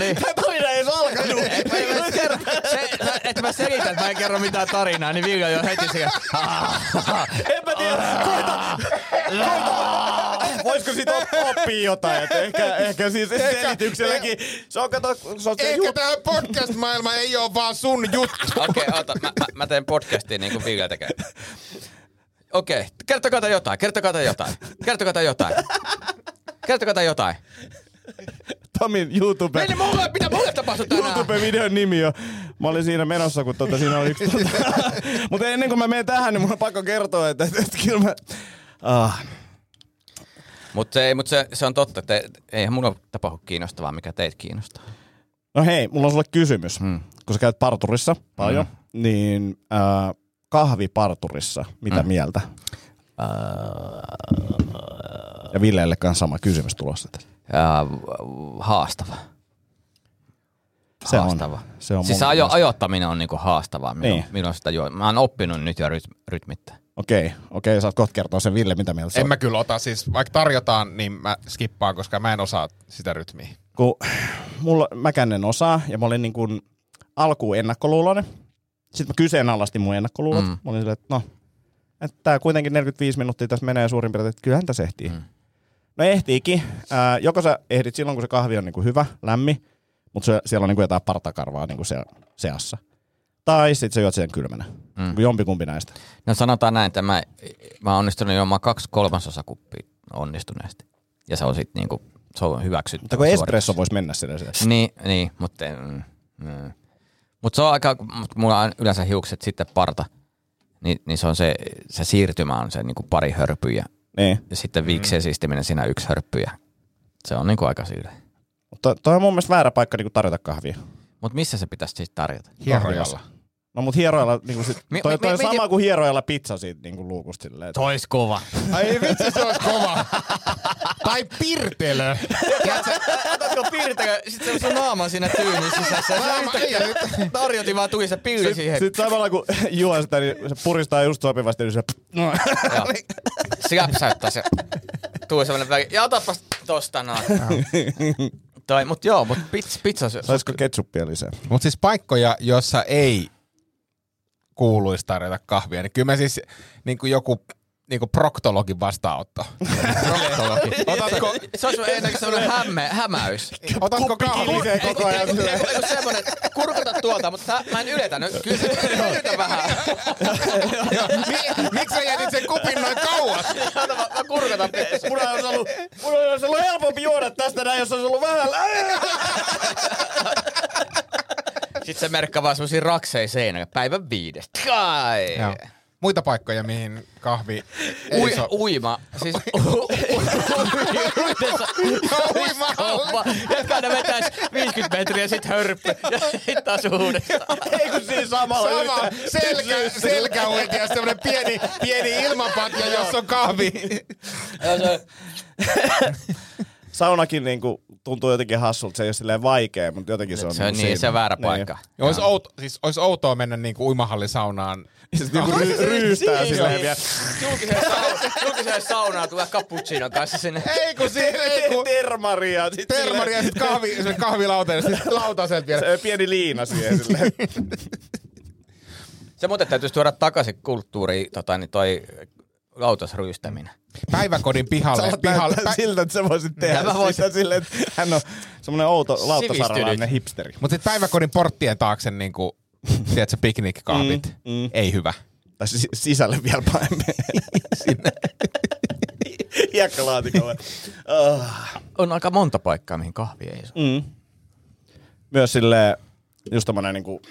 S4: Niin.
S3: tarina ei alkanut.
S4: Se, että mä selitän, että mä en kerro mitään tarinaa, niin Vilja jo heti siellä.
S3: En mä tiedä. Koita. Voisiko siitä op- oppia jotain? Et ehkä, ehkä siis
S5: Ehkä-
S3: selitykselläkin. Se on, kato, se on se
S5: Ehkä tämä podcast-maailma ei ole vaan sun juttu.
S4: Okei, okay, ota. Mä, mä, mä teen podcastia niin kuin Ville tekee. Okei, okay, kertokaa tai jotain, kertokaa tai jotain, kertokaa tai jotain. Kertokaa tai jotain.
S3: Tamin YouTube.
S4: Mene mulle, mitä mulle tapahtui tänään?
S3: YouTube-videon nimi jo. Mä olin siinä menossa, kun tota, siinä oli yksi... Tota. Mutta ennen kuin mä menen tähän, niin mun on pakko kertoa, että, että, että kyllä mä... Ah.
S4: Mutta se, ei- mut se, se on totta, että eihän mulla tapahdu kiinnostavaa, mikä teitä kiinnostaa.
S3: No hei, mulla on sulle kysymys. Mm. Kun sä käyt parturissa paljon, mm. niin äh, kahviparturissa, mitä mm. mieltä? Ja Villelle kanssa sama kysymys tulossa. tässä.
S4: Ää, haastava.
S3: Se
S4: haastava.
S3: on. Se on
S4: siis
S3: mun
S4: ajo,
S3: mielestä.
S4: ajottaminen on niinku haastavaa, milloin,
S3: Niin.
S4: milloin sitä juo. Mä oon oppinut nyt jo ryt, rytmittää.
S3: Okei, okei, sä oot kohta kertoa sen Ville, mitä mieltä sä
S5: En
S3: oot.
S5: mä kyllä ota, siis vaikka tarjotaan, niin mä skippaan, koska mä en osaa sitä rytmiä.
S3: kun mulla, mäkään en osaa, ja mä olin niin kuin alkuun ennakkoluuloinen. Sitten mä kyseenalaistin mun ennakkoluulot. Mm.
S4: Mm.
S3: Mä olin silleen, että no, että tää kuitenkin 45 minuuttia tässä menee suurin piirtein, että kyllähän tässä ehtii. Mm. No ehtiikin. Ää, joko sä ehdit silloin, kun se kahvi on niin kuin hyvä, lämmin, mutta se, siellä on niin kuin jotain partakarvaa niin kuin se, seassa. Tai sitten sä juot sen kylmänä. Mm. Jompikumpi näistä.
S4: No sanotaan näin, että mä, mä oon onnistunut juomaan kaksi kolmasosa kuppia onnistuneesti. Ja se on sit niinku, se on hyväksytty.
S3: Mutta kun espresso voisi mennä sinne. sinne.
S4: Niin, niin mutta mm, mm. Mut se on aika, mut mulla on yleensä hiukset sitten parta, niin, niin se on se, se siirtymä on se niinku pari hörpyjä.
S3: Niin.
S4: Ja sitten viikseen siistiminen siinä yksi hörpyjä. Se on niinku aika siirre.
S3: Mutta toi on mun mielestä väärä paikka niin kuin tarjota kahvia.
S4: Mut missä se pitäisi siis tarjota?
S5: Hierojalla.
S3: No mut hieroilla, niinku sit,
S4: Mi-
S3: toi,
S4: mi-
S3: toi
S4: mi-
S3: sama
S4: miten-
S3: kuin hieroilla pizza siitä niinku luukusta silleen. että-
S4: Tois kova.
S5: Ai vitsi, se olisi kova. tai pirtelö.
S4: Otatko piirtäkö? Sitten se on naama siinä tyynin sisässä.
S5: se Naama, yhtäkkiä ei,
S4: tarjoti vaan tuli se pilli siihen.
S3: Sitten samalla kun juo sitä, niin se puristaa just sopivasti, niin se no,
S4: Joo. Se läpsäyttää se. Tuu semmonen väki. Ja otapas tosta noin. tai, mut joo, mut pizza, pizza se.
S3: saisiko ketsuppia lisää?
S5: Mutta siis paikkoja, joissa ei kuuluisi tarjota kahvia, niin kyllä mä siis niin kuin joku niin kuin proktologin vastaanotto.
S4: Proktologi.
S5: Otatko,
S4: Se on semmonen- enemmänkin semmonen hämme, hämäys.
S5: otatko kahvia?
S3: Lisää koko ajan.
S4: Ei, ei, kun semmonen, kurkuta tuolta, mutta tää- mä en ylitä nyt. Kyllä se- mä ylitän vähän.
S5: Mi- Miksi sä jätit sen kupin noin kauas?
S4: Ota, mä, mä kurkutan pikkusen.
S3: Mun olisi ollut, mun olisi ollut helpompi juoda tästä näin, jos olisi ollut vähän
S4: Sitten se merkkaa vaan semmosia rakseja seinällä. Päivän viidestä. Kai.
S5: Joo. Muita paikkoja, mihin kahvi ei
S4: Ui,
S5: so-
S4: uima. Siis uidessa.
S5: uimahalle.
S4: Jätkä ne vetäis 50 metriä, sit hörppy. Ja sit taas uudestaan.
S3: Ei kun siinä samalla.
S5: Sama,
S3: yhtä-
S5: selkä,
S4: Siis-
S5: selkä oikea, semmoinen pieni, pieni ilmapatja, jossa on kahvi.
S3: Saunakin niinku tuntuu jotenkin hassulta, se ei ole silleen vaikea, mutta jotenkin se on
S4: Se on
S3: niinku
S4: niin, se
S3: siinä.
S4: on väärä paikka.
S5: Olisi, outo, siis olisi outoa mennä niinku uimahallisaunaan.
S3: Niin. Sitten niinku ry- ryystää silleen vielä.
S4: Siis Julkiseen saunaan, julkiseen saunaan tulee cappuccinon kanssa sinne.
S5: Ei kun siinä, ei kun
S3: Termaria. sit
S5: termari ja sitten kahvi, semmonen kahvilauta ja sitten lautaselta vielä.
S3: silleen- Pieni liina siihen silleen.
S4: Se muuten täytyisi tuoda takaisin kulttuuriin tota, niin toi lautasryystäminen.
S5: Päiväkodin pihalle. pihalle
S3: Näyttää
S5: pä-
S3: siltä, että sä voisit tehdä
S4: Mä voisin.
S3: sitä silleen, että hän on semmoinen outo lauttasaralainen
S4: Sivistynyt.
S3: hipsteri.
S5: Mutta sitten päiväkodin porttien taakse niinku, tiedätkö, piknikkahvit.
S3: Mm, mm.
S5: Ei hyvä.
S3: Tai si- sisälle vielä pahemmin. Hiekkalaatikolle. Oh.
S4: On aika monta paikkaa, mihin kahvi ei saa.
S3: Mm. Myös silleen, just tommonen niinku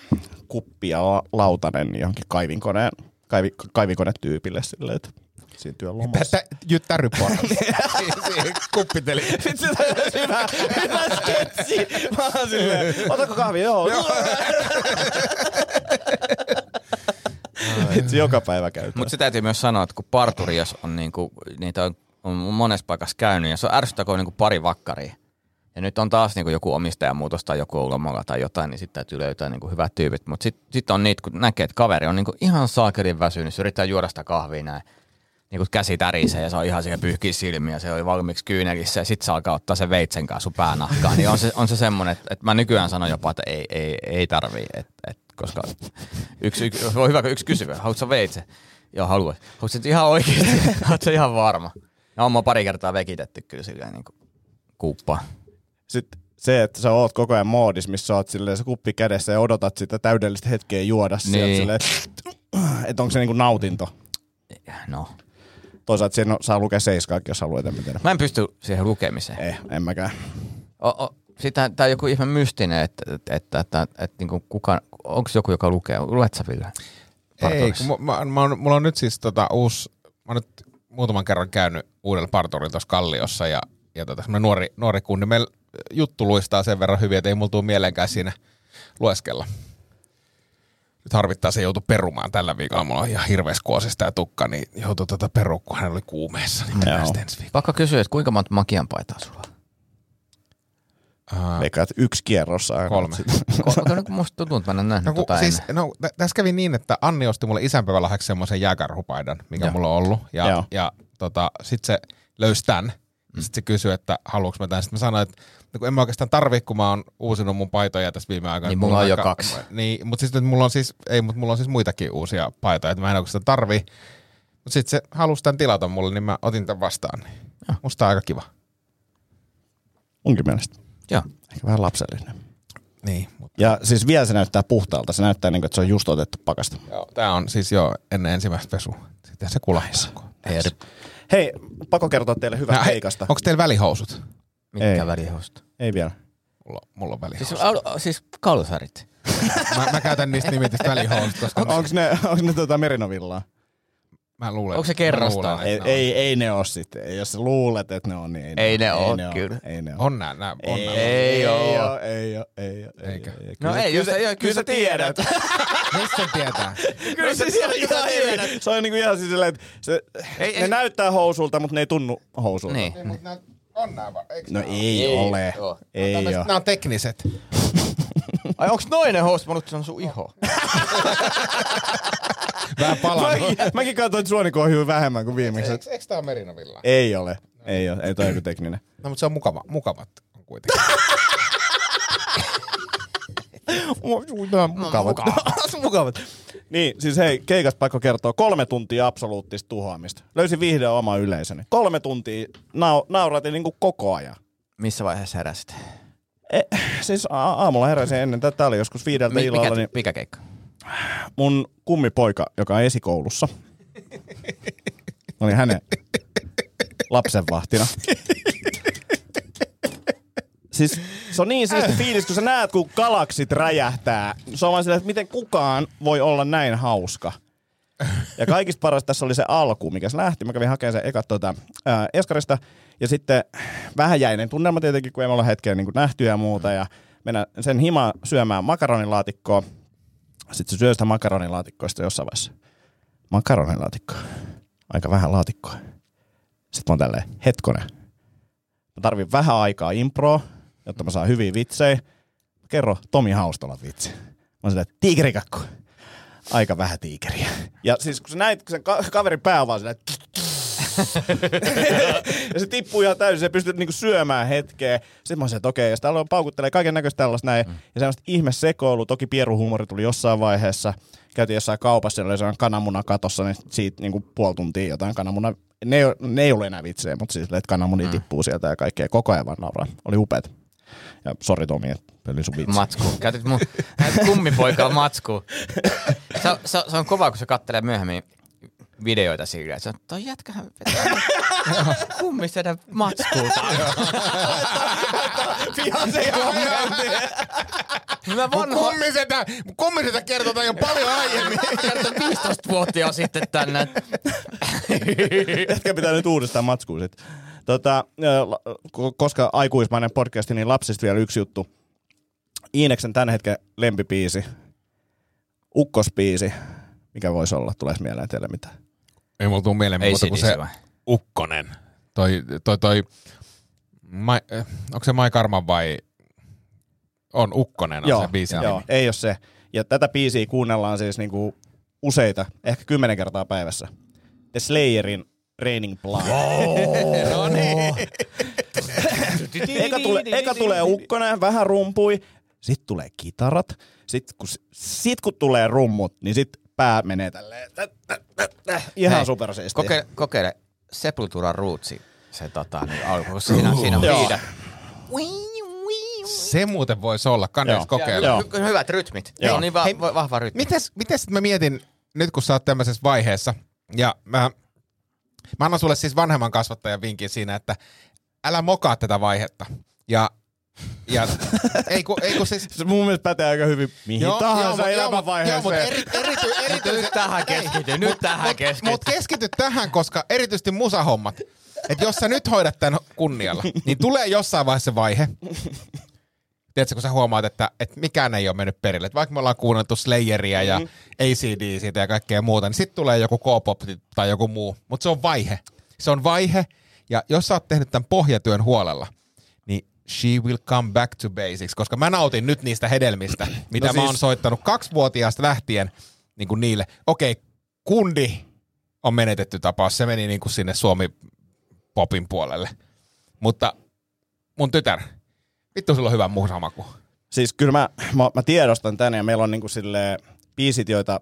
S3: kuppi ja la- lautanen johonkin kaivinkoneen, kaivi, kaivinkonetyypille silleen, että siinä työn lomassa.
S5: Tätä jyttäryporras. Kuppiteli.
S3: Sitten se on hyvä, hyvä sketsi. Mä oon silleen, otako kahvi? Joo. Vitsi, joka päivä käy.
S4: Mutta se täytyy myös sanoa, että kun parturi, jos on niinku, niitä on, on monessa paikassa käynyt, ja se on ärsyttäkö niinku pari vakkaria. Ja nyt on taas niinku joku omistajamuutos tai joku on lomalla tai jotain, niin sitten täytyy löytää niinku hyvät tyypit. Mutta sitten sit on niitä, kun näkee, että kaveri on niinku ihan saakelin väsynyt, se yrittää juoda sitä kahvia näin. Niinku käsi tärisee ja se on ihan siellä pyyhkii silmiä, se oli valmiiksi kyynelissä ja sitten se alkaa ottaa sen veitsen kanssa sun päänahkaan. Niin on se, on se semmoinen, että, että mä nykyään sanon jopa, että ei, ei, ei tarvii, että, että koska yksi, yksi, voi hyvä, kun yksi kysyy, haluatko sä veitsen? Joo, haluan. Onko se nyt ihan oikeasti? Oletko ihan varma? No on mua pari kertaa vekitetty kyllä silleen niin kuin kuuppaa.
S3: Sitten se, että sä oot koko ajan moodis, missä sä oot silleen se kuppi kädessä ja odotat sitä täydellistä hetkeä juoda niin. sieltä
S4: Niin.
S3: silleen, että onko se niinku nautinto.
S4: No.
S3: Toisaalta siinä on- saa lukea seiskaakin, jos haluaa eteen tehdä.
S4: Mä en pysty siihen lukemiseen.
S3: Ei, en mäkään.
S4: O, o, sitähän tää on joku ihme mystinen, että, että, että, että, että, että niin kuin kuka, onko joku, joka lukee? Luet sä Ville?
S5: Ei,
S4: Partorissa?
S5: kun mu- mä, mä, oon- mulla on nyt siis tota uusi, mä oon nyt muutaman kerran käynyt uudella partorilla tuossa Kalliossa ja, ja tota, semmonen nuori, nuori kunni. Meillä äh, juttu luistaa sen verran hyvin, että ei mulla tuu mieleenkään siinä lueskella. Nyt harvittaa se joutu perumaan tällä viikolla. Mulla on ihan hirveässä kuosista ja tukka, niin joutui tota perua, kun hän oli kuumeessa. Niin
S3: Joo.
S5: mennään sitten ensi viikolla.
S4: Pakko kysyä, että kuinka monta makian paitaa sulla on?
S5: Aa,
S3: Veikkaat yksi kierros aina.
S5: Kolme.
S4: Ko- Onko nyt musta tuntuu, että mä en ole
S5: No,
S4: nähnyt
S5: kun,
S4: tota
S5: siis,
S4: ennen.
S5: no, tä- tässä kävi niin, että Anni osti mulle isänpäivälahjaksi semmoisen jääkarhupaidan, mikä
S4: Joo.
S5: mulla on ollut. Ja,
S3: Joo.
S5: ja, tota, sit se löysi tän. Mm. Sitten se kysyi, että haluanko mä tämän. Sitten mä sanoin, että no, kun en mä oikeastaan tarvii, kun mä oon uusinut mun paitoja tässä viime aikoina.
S4: Niin, mulla on jo kaksi.
S5: Niin, mutta siis nyt mulla on siis, ei, mutta mulla on siis muitakin uusia paitoja, että mä en oikeastaan tarvii. Mutta sitten se halusi tämän tilata mulle, niin mä otin tämän vastaan. Niin. Musta tää on aika kiva.
S3: Munkin mielestä.
S4: Joo.
S3: Ehkä vähän lapsellinen.
S5: Niin, mut,
S3: Ja siis vielä se näyttää puhtaalta. Se näyttää niin kuin, että se on just otettu pakasta.
S5: joo, tää on siis jo ennen ensimmäistä pesua. Sitten se kulahtaa.
S4: Ei eri,
S3: Hei, pakko kertoa teille hyvästä
S5: hei,
S3: keikasta.
S5: Onko teillä välihousut?
S3: Ei.
S4: mitkä välihousut.
S3: Ei vielä.
S5: Mulla, mulla on
S4: Siis,
S5: välihousut.
S4: au- siis kalsarit.
S5: Mä, mä käytän niistä nimitystä välihousut, koska mä,
S3: Onko ne, onks ne tota Merinovillaa?
S5: mä luulen.
S4: Onko se
S5: mä
S4: kerrostaa?
S5: luulen, että
S3: Ei,
S5: ne on.
S3: ei, ei ne ole sitten. Ei, Jos sä luulet, että ne on, niin ei,
S4: Ei ne oo,
S3: oo.
S4: kyllä.
S3: Ei ne ole.
S5: On nää, nää on
S3: Ei,
S5: nää.
S3: ei
S4: Ei oo.
S3: oo, ei oo, ei oo, ei
S5: Eikö?
S3: oo, oo.
S4: No
S3: Kyllä-
S4: ei, jos
S3: kyllä-
S4: ei oo, kyllä sä tiedät. No siis
S5: Mistä sen tietää?
S4: Kyllä se
S3: ihan ei, se on niinku ihan siis silleen, että se,
S4: Ei-
S3: ne
S4: ei-
S3: näyttää housulta, mutta ne ei tunnu housulta.
S4: Niin.
S5: On nää vaan, eikö
S3: No ei,
S4: Ei
S3: ole.
S4: oo.
S3: Ei oo.
S5: Nää on tekniset.
S4: Ai onks noinen housut, mä luulen, että se on sun iho.
S5: Vähän palannut.
S3: Mäkin, mäkin katsoin, että suoni kohduu vähemmän kuin viimeksi.
S5: Eikö, eikö tää ole Merinovilla?
S3: Ei ole. Ei ole. Ei toi joku tekninen.
S5: No mutta se on mukava, mukavat on kuitenkin.
S3: Mukavat. Mukavat. Niin, siis hei, keikas pakko kertoa kolme tuntia absoluuttista tuhoamista. Löysin vihdoin oma yleisöni. Kolme tuntia nau- nauratin niinku koko ajan.
S4: Missä vaiheessa heräsit?
S3: Siis a- aamulla heräsin ennen tätä, tää oli joskus viideltä
S4: Mi-
S3: illalla,
S4: Mikä,
S3: niin
S4: mikä keikka?
S3: mun kummipoika, joka on esikoulussa, oli hänen lapsenvahtina. Siis se on niin siisti fiilis, kun sä näet, kun galaksit räjähtää. Se on vaan sillä, että miten kukaan voi olla näin hauska. Ja kaikista paras tässä oli se alku, mikä se lähti. Mä kävin hakemaan sen eka tuota, ää, Eskarista. Ja sitten vähän jäinen tunnelma tietenkin, kun ei me olla hetkeen niin nähty ja muuta. Ja mennä sen himaan syömään makaronilaatikkoa. Sitten se syö sitä makaronilaatikkoa sitten jossain vaiheessa. Makaronilaatikko. Aika vähän laatikkoa. Sitten mä oon tälleen, hetkonen. Mä tarvin vähän aikaa improa, jotta mä saan hyviä vitsejä. Kerro Tomi Haustolan vitsi. Mä oon silleen, tiikerikakku. Aika vähän tiikeriä. Ja siis kun sä näit, kun sen ka- kaverin pää on vaan silleen, ja se tippuu ihan täysin, se pystyy niinku syömään hetkeä. Sitten mä olisin, että okei, ja sitä aloin paukuttelee kaiken näköistä tällaista näin. Mm. Ja semmoista ihme sekoilu, toki pieruhuumori tuli jossain vaiheessa. Käytiin jossain kaupassa, siellä oli sellainen kananmuna katossa, niin siitä niinku puoli tuntia jotain kananmuna. Ne, ei oo- ne ei ole enää vitsejä, mutta siis silleen, että kananmunia mm. tippuu sieltä ja kaikkea. Koko ajan vaan nauraa. Oli upeat. Ja sori Tomi, että oli sun vitsi.
S4: Matsku. Käytit mun näitä kummipoikaa matsku. Se, on- se, on- se, on kovaa, kun se kattelee myöhemmin videoita silleen. Se on, toi jätkähän vetää kummisedä matskuuta.
S3: Ihan se
S4: Mä vanho
S5: Kummisetä, kummisetä kertotaan jo paljon aiemmin.
S4: kertoi 15 vuotta sitten tänne.
S3: Ehkä pitää nyt uudestaan matskuun sit. Tota, ö, la- ko- koska aikuismainen podcasti, niin lapsista vielä yksi juttu. Iineksen tämän hetken lempipiisi, ukkospiisi, mikä voisi olla, tulee mieleen teille mitään.
S5: Ei mulla tuu mieleen
S4: Ei
S5: muuta kuin se
S4: sinisevä.
S5: Ukkonen. Toi, toi, toi, Mai, eh, onko se Mai Karman vai on Ukkonen on No, se biisin
S3: joo,
S5: nimi.
S3: ei ole se. Ja tätä biisiä kuunnellaan siis niinku useita, ehkä kymmenen kertaa päivässä. The Slayerin Raining Blood.
S5: No niin.
S4: Niin,
S3: eka, tule, eka tulee ukkonen, vähän rumpui, sit tulee kitarat, sit kun, sit kun tulee rummut, niin sit pää menee tälleen. Tä, tä, tä, tä. Ihan
S4: Hei,
S3: supersiisti.
S4: Kokeile, kokeile Sepultura Rootsi, se tota, niin alku, kun siinä, siinä on
S3: Joo.
S4: viidat.
S5: Se muuten voisi olla,
S3: Joo.
S5: kannattaisi kokeilla.
S3: Joo.
S4: Hy- hy- Hyvät rytmit.
S3: Joo.
S4: Se on niin va-
S5: Hei,
S4: va- vahva rytmi.
S5: Mites, mites mä mietin, nyt kun sä oot tämmöisessä vaiheessa, ja mä, mä annan sulle siis vanhemman kasvattajan vinkin siinä, että älä mokaa tätä vaihetta. Ja, ja ei kun, ei kun siis...
S3: Se mun mielestä pätee aika hyvin mihin joo, tahansa
S5: mut- Joo,
S3: joo,
S5: mutta
S3: elämänvaiheeseen.
S5: eri, erity, erityisesti...
S4: Nyt tähän keskity, nyt tähän keskity.
S5: Mutta keskity tähän, koska erityisesti musahommat. Että jos sä nyt hoidat tämän kunnialla, niin tulee jossain vaiheessa se vaihe. Tiedätkö, kun sä huomaat, että, että mikään ei ole mennyt perille. Et vaikka me ollaan kuunneltu Slayeria ja ACD siitä ja kaikkea muuta, niin sitten tulee joku K-pop tai joku muu. Mutta se on vaihe. Se on vaihe. Ja jos sä oot tehnyt tämän pohjatyön huolella, niin she will come back to basics, koska mä nautin nyt niistä hedelmistä, mitä no
S3: No
S5: siis... mä oon
S3: siis-
S5: soittanut kaksivuotiaasta lähtien niin kuin niille. Okei, kundi on menetetty tapaus. Se meni niin kuin sinne Suomi-popin puolelle. Mutta mun tytär, vittu sulla on hyvä muusamaku.
S3: Siis kyllä mä, mä, mä tiedostan tän ja meillä on niinku sille biisit, joita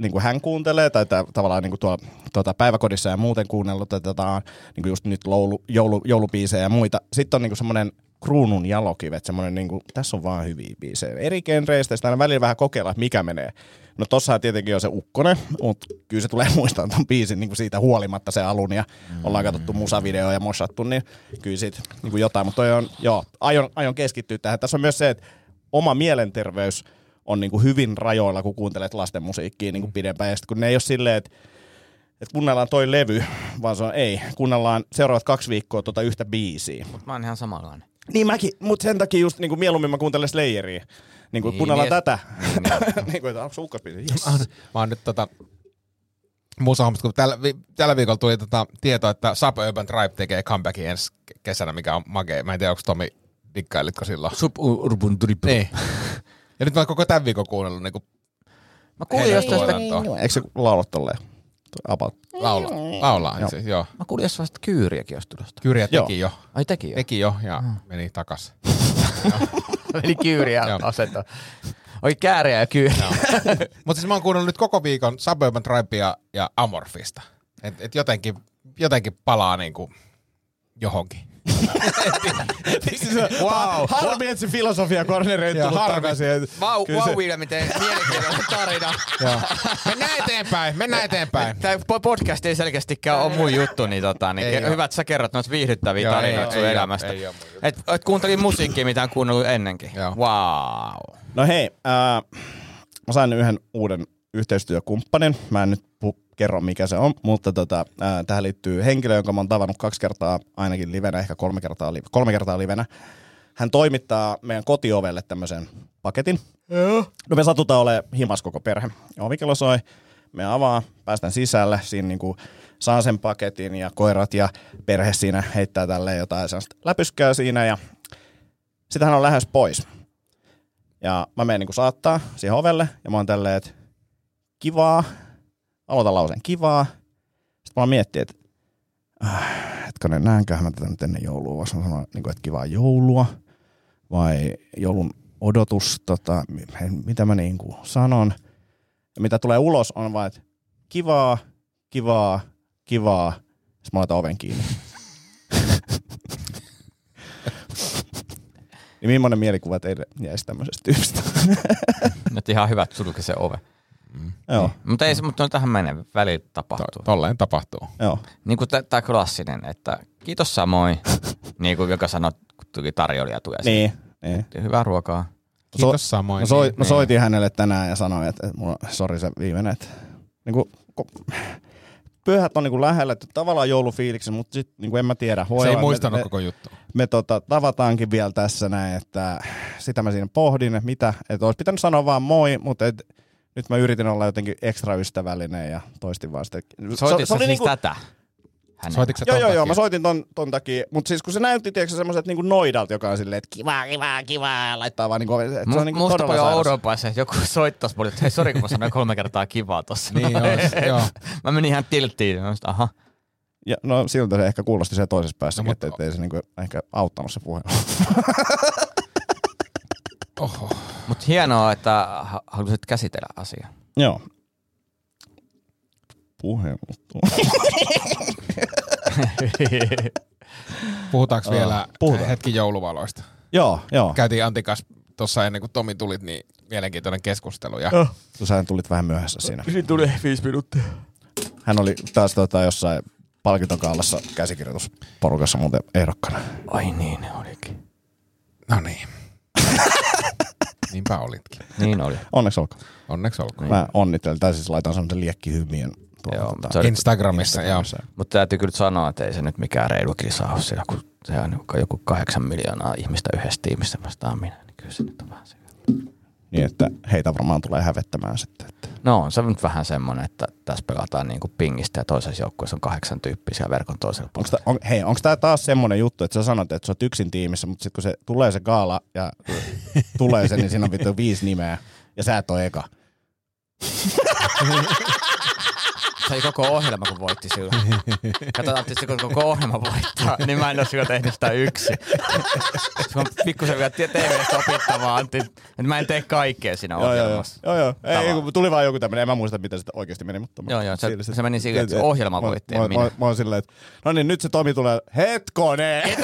S3: niinku hän kuuntelee tai tää, tavallaan niinku tuo, tuota, päiväkodissa ja muuten kuunnellut tai tätä niinku just nyt loulu, joulu, joulubiisejä ja muita. Sitten on niinku semmoinen kruunun jalokivet, semmoinen niinku, tässä on vaan hyviä biisejä. Eri genreistä ja sitä aina välillä vähän kokeilla, että mikä menee. No tossahan tietenkin on se ukkonen, mutta kyllä se tulee muistamaan ton biisin niinku siitä huolimatta se alun ja ollaan katsottu musavideo ja mosattu, niin kyllä siitä niinku jotain. Mutta toi on, joo, aion, aion keskittyä tähän. Tässä on myös se, että oma mielenterveys on niin kuin hyvin rajoilla, kun kuuntelet lasten musiikkia niin kuin pidempään. Ja sit kun ne ei ole silleen, että, että kuunnellaan toi levy, vaan se on ei. Kuunnellaan seuraavat kaksi viikkoa tuota yhtä biisiä.
S4: Mut mä oon ihan samanlainen.
S3: Niin mäkin, mutta sen takia just niin kuin mieluummin mä kuuntelen Slayeria. Niin kuin
S4: Niin,
S3: niin, kuunnellaan
S4: niin,
S3: tätä. niin kuin, että onko se ukkosbiisi? Yes.
S5: Mä oon nyt tota muusahommasta, kun tällä, vi- tällä viikolla tuli tota tietoa, että Suburban Tribe tekee comebackin ensi kesänä, mikä on makea. Mä en tiedä, onko Tomi dikkailitko silloin.
S4: Suburban Drip. Niin.
S5: Ja nyt mä oon koko tämän viikon kuunnellut niin kuin
S4: Mä kuulin jostain sitä,
S5: tuotantoa.
S3: Eikö se laula tolleen? About.
S5: Laula, laulaa. Joo.
S3: Joo.
S5: Siis, joo.
S4: mä kuulin jostain sitä kyyriäkin olisi tulosta.
S5: Kyrjä
S3: Joo. Mm.
S5: teki jo.
S4: Ai teki jo.
S5: Teki jo ja meni takas.
S4: Eli kyyriä
S5: Joo.
S4: asento. Oi kääriä ja kyyriä.
S5: Mutta siis mä oon kuunnellut nyt koko viikon Suburban Tribea ja Amorfista. Et, et jotenkin, jotenkin palaa niinku johonkin. wow.
S3: Harmi, että se filosofia corneri ei
S5: Ja
S3: tullut
S5: harmi.
S3: takaisin. Et-
S4: Vau,
S3: kyllä se-
S4: vau, William, miten mielenkiintoinen tarina.
S5: Mennään eteenpäin, mennään eteenpäin.
S4: Tämä podcast ei selkeästikään ole mun juttu, niin, tota, niin
S5: Ei
S4: ei
S5: oo.
S4: hyvä, että sä kerrot noita viihdyttäviä
S5: Joo, ei oo,
S4: tarinoita sun
S5: ei oo,
S4: elämästä.
S5: ei oo mun juttu.
S4: et, et kuuntelin musiikkia, mitä on kuunnellut ennenkin.
S5: Joo.
S4: Wow.
S3: No hei, ää, mä sain yhden uuden yhteistyökumppanin. Mä en nyt pu- kerro mikä se on, mutta tota, ää, tähän liittyy henkilö, jonka mä oon tavannut kaksi kertaa ainakin livenä, ehkä kolme kertaa, li- kolme kertaa livenä. Hän toimittaa meidän kotiovelle tämmöisen paketin. No me satutaan ole himas koko perhe. Ovikello soi, me avaa, päästään sisälle, siinä niinku saa sen paketin ja koirat ja perhe siinä heittää tälle jotain sellaista läpyskää siinä ja sitten hän on lähes pois. Ja mä menen niinku saattaa siihen ovelle ja mä oon tälleen, että kivaa. Aloitan lauseen kivaa. Sitten mä miettin, että äh, hetkonen, näenköhän mä tätä nyt ennen joulua. Voisi mä sanoa, niin kuin, että kivaa joulua vai joulun odotus, tota, mi- mitä mä niin kuin sanon. Ja mitä tulee ulos on vaan, että kivaa, kivaa, kivaa. Sitten mä laitan oven kiinni. niin millainen mielikuva teille jäisi tämmöisestä tyypistä?
S4: Nyt ihan hyvä, että sulki se ove.
S3: Joo,
S4: Mutta ei se, mutta on tähän menee, välillä tapahtuu.
S5: Tolleen tapahtuu.
S3: joo.
S4: Niin kuin tämä klassinen, että kiitos samoin, niin kuin joka sanoi, kun tuli tarjoilija tulee.
S3: Niin, niin.
S4: sinne. Hyvää ruokaa.
S5: Kiitos samoin.
S3: Mä, no soi, mä
S4: niin.
S3: soitin hänelle tänään ja sanoin, että että mulla, sori se viimeinen, että niinku, ko, pyhät on niinku lähellä, että tavallaan joulufiiliksi, mutta sit niinku en mä tiedä. Voi
S5: Se ei
S3: olla,
S5: muistanut
S3: me,
S5: koko juttu.
S3: Me, me tota, tavataankin vielä tässä näin, että sitä mä siinä pohdin, että mitä, että olisi pitänyt sanoa vaan moi, mutta et, nyt mä yritin olla jotenkin ekstra ystävällinen ja toistin vaan sitä.
S4: Soititko sä siis
S3: niinku-
S4: tätä? Hänen.
S5: Soititko sä
S3: Joo,
S5: ton
S3: joo, joo,
S5: takia?
S3: mä soitin ton, ton takia, mutta siis kun se näytti, tiedätkö semmoiset niinku noidalta, joka on silleen, että kivaa, kivaa, kivaa, ja laittaa vaan niinku, että se on niinku
S4: Musta
S3: todella
S4: paljon
S3: sairas.
S4: Euroopassa, että joku soittaisi mulle, että hei sori kun mä sanoin kolme kertaa kivaa tossa.
S5: Niin joo, joo.
S4: mä menin ihan tilttiin. Mä sanoin, aha.
S3: Ja, no siltä se ehkä kuulosti se toisessa päässä,
S5: No,
S3: no,
S5: mutta-
S3: että ei se niinku ehkä auttanut se puhe.
S5: Oho.
S4: Mutta hienoa, että ha- halusit käsitellä asiaa.
S3: Joo. Puhe muuttuu.
S5: Puhutaanko vielä
S3: puhutaan.
S5: hetki jouluvaloista?
S3: Joo, joo.
S5: Käytiin Antikas tuossa ennen kuin Tomi tulit, niin mielenkiintoinen keskustelu. Ja
S3: Joo. Sähän tulit vähän myöhässä siinä.
S4: Siinä tuli viisi minuuttia.
S3: Hän oli taas tota, jossain palkintokaalassa käsikirjoitusporukassa muuten ehdokkana.
S4: Ai niin, olikin.
S5: no niin. Niinpä olitkin.
S4: Niin oli.
S3: Onneksi olkoon.
S5: Onneksi olkoon.
S3: Mä onnittelen, tai siis laitan semmoisen liekkihymien tuolla.
S4: Joo,
S3: tota,
S4: se oli,
S5: Instagramissa, joo.
S4: mutta täytyy kyllä sanoa, että ei se nyt mikään reilu kisa ole siellä, kun se on niinku joku kahdeksan miljoonaa ihmistä yhdessä tiimissä vastaan minä. Niin kyllä se nyt on vähän se.
S3: Niin, että heitä varmaan tulee hävettämään sitten. Että.
S4: No on se nyt vähän semmoinen, että tässä pelataan niin kuin pingistä ja toisessa joukkueessa on kahdeksan tyyppisiä verkon toisella
S3: Onks
S4: puolella.
S3: tää, on, hei, onko tämä taas semmoinen juttu, että sä sanot, että sä oot yksin tiimissä, mutta sitten kun se tulee se gaala ja tulee se, niin siinä on vittu viisi nimeä ja sä et ole eka.
S4: Se ei koko ohjelma, kun voitti silloin. Katsotaan tietysti, kun koko ohjelma voittaa, niin mä en ole sillä tehnyt sitä yksi. Se on pikkusen vielä TV-stä opittavaa, Antti. Että mä en tee kaikkea siinä ohjelmassa.
S3: Joo, joo. Ei,
S4: Tavallaan.
S3: kun tuli vaan joku tämmöinen, en mä muista, mitä se oikeasti meni. Mutta
S4: Joo, joo, se-
S3: siinä
S4: se meni silleen, että se ohjelma
S3: mä-
S4: voitti,
S3: Mä,
S4: en minä.
S3: mä, mä, oon silleen, että no niin, nyt se Tomi tulee, hetkone,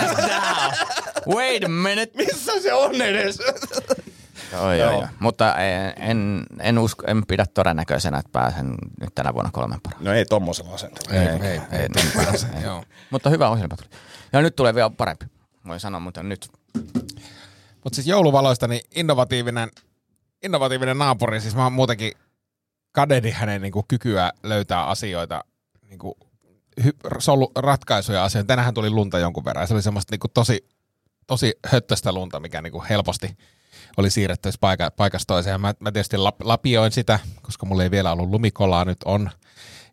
S4: Wait a minute.
S3: missä se on edes?
S4: Joo, joo, joo. Mutta en, en, en, usko, en pidä todennäköisenä, että pääsen nyt tänä vuonna kolmen parhaan.
S3: No ei tommosella asenteella.
S5: Ei, ei, ei. ei.
S4: ei.
S5: Joo.
S4: Mutta hyvä ohjelma tuli. Ja nyt tulee vielä parempi. Voi sanoa, mutta nyt.
S5: Mutta siis jouluvaloista niin innovatiivinen, innovatiivinen naapuri, siis mä muutenkin kadehdin hänen niin kuin, kykyä löytää asioita, niin kuin, hy, solu, ratkaisuja asioihin. Tänähän tuli lunta jonkun verran ja se oli semmoista niin kuin, tosi, tosi höttöstä lunta, mikä niin kuin, helposti oli siirrettävissä paika, paikasta toiseen. Mä, mä tietysti lap, lapioin sitä, koska mulla ei vielä ollut lumikolaa, nyt on.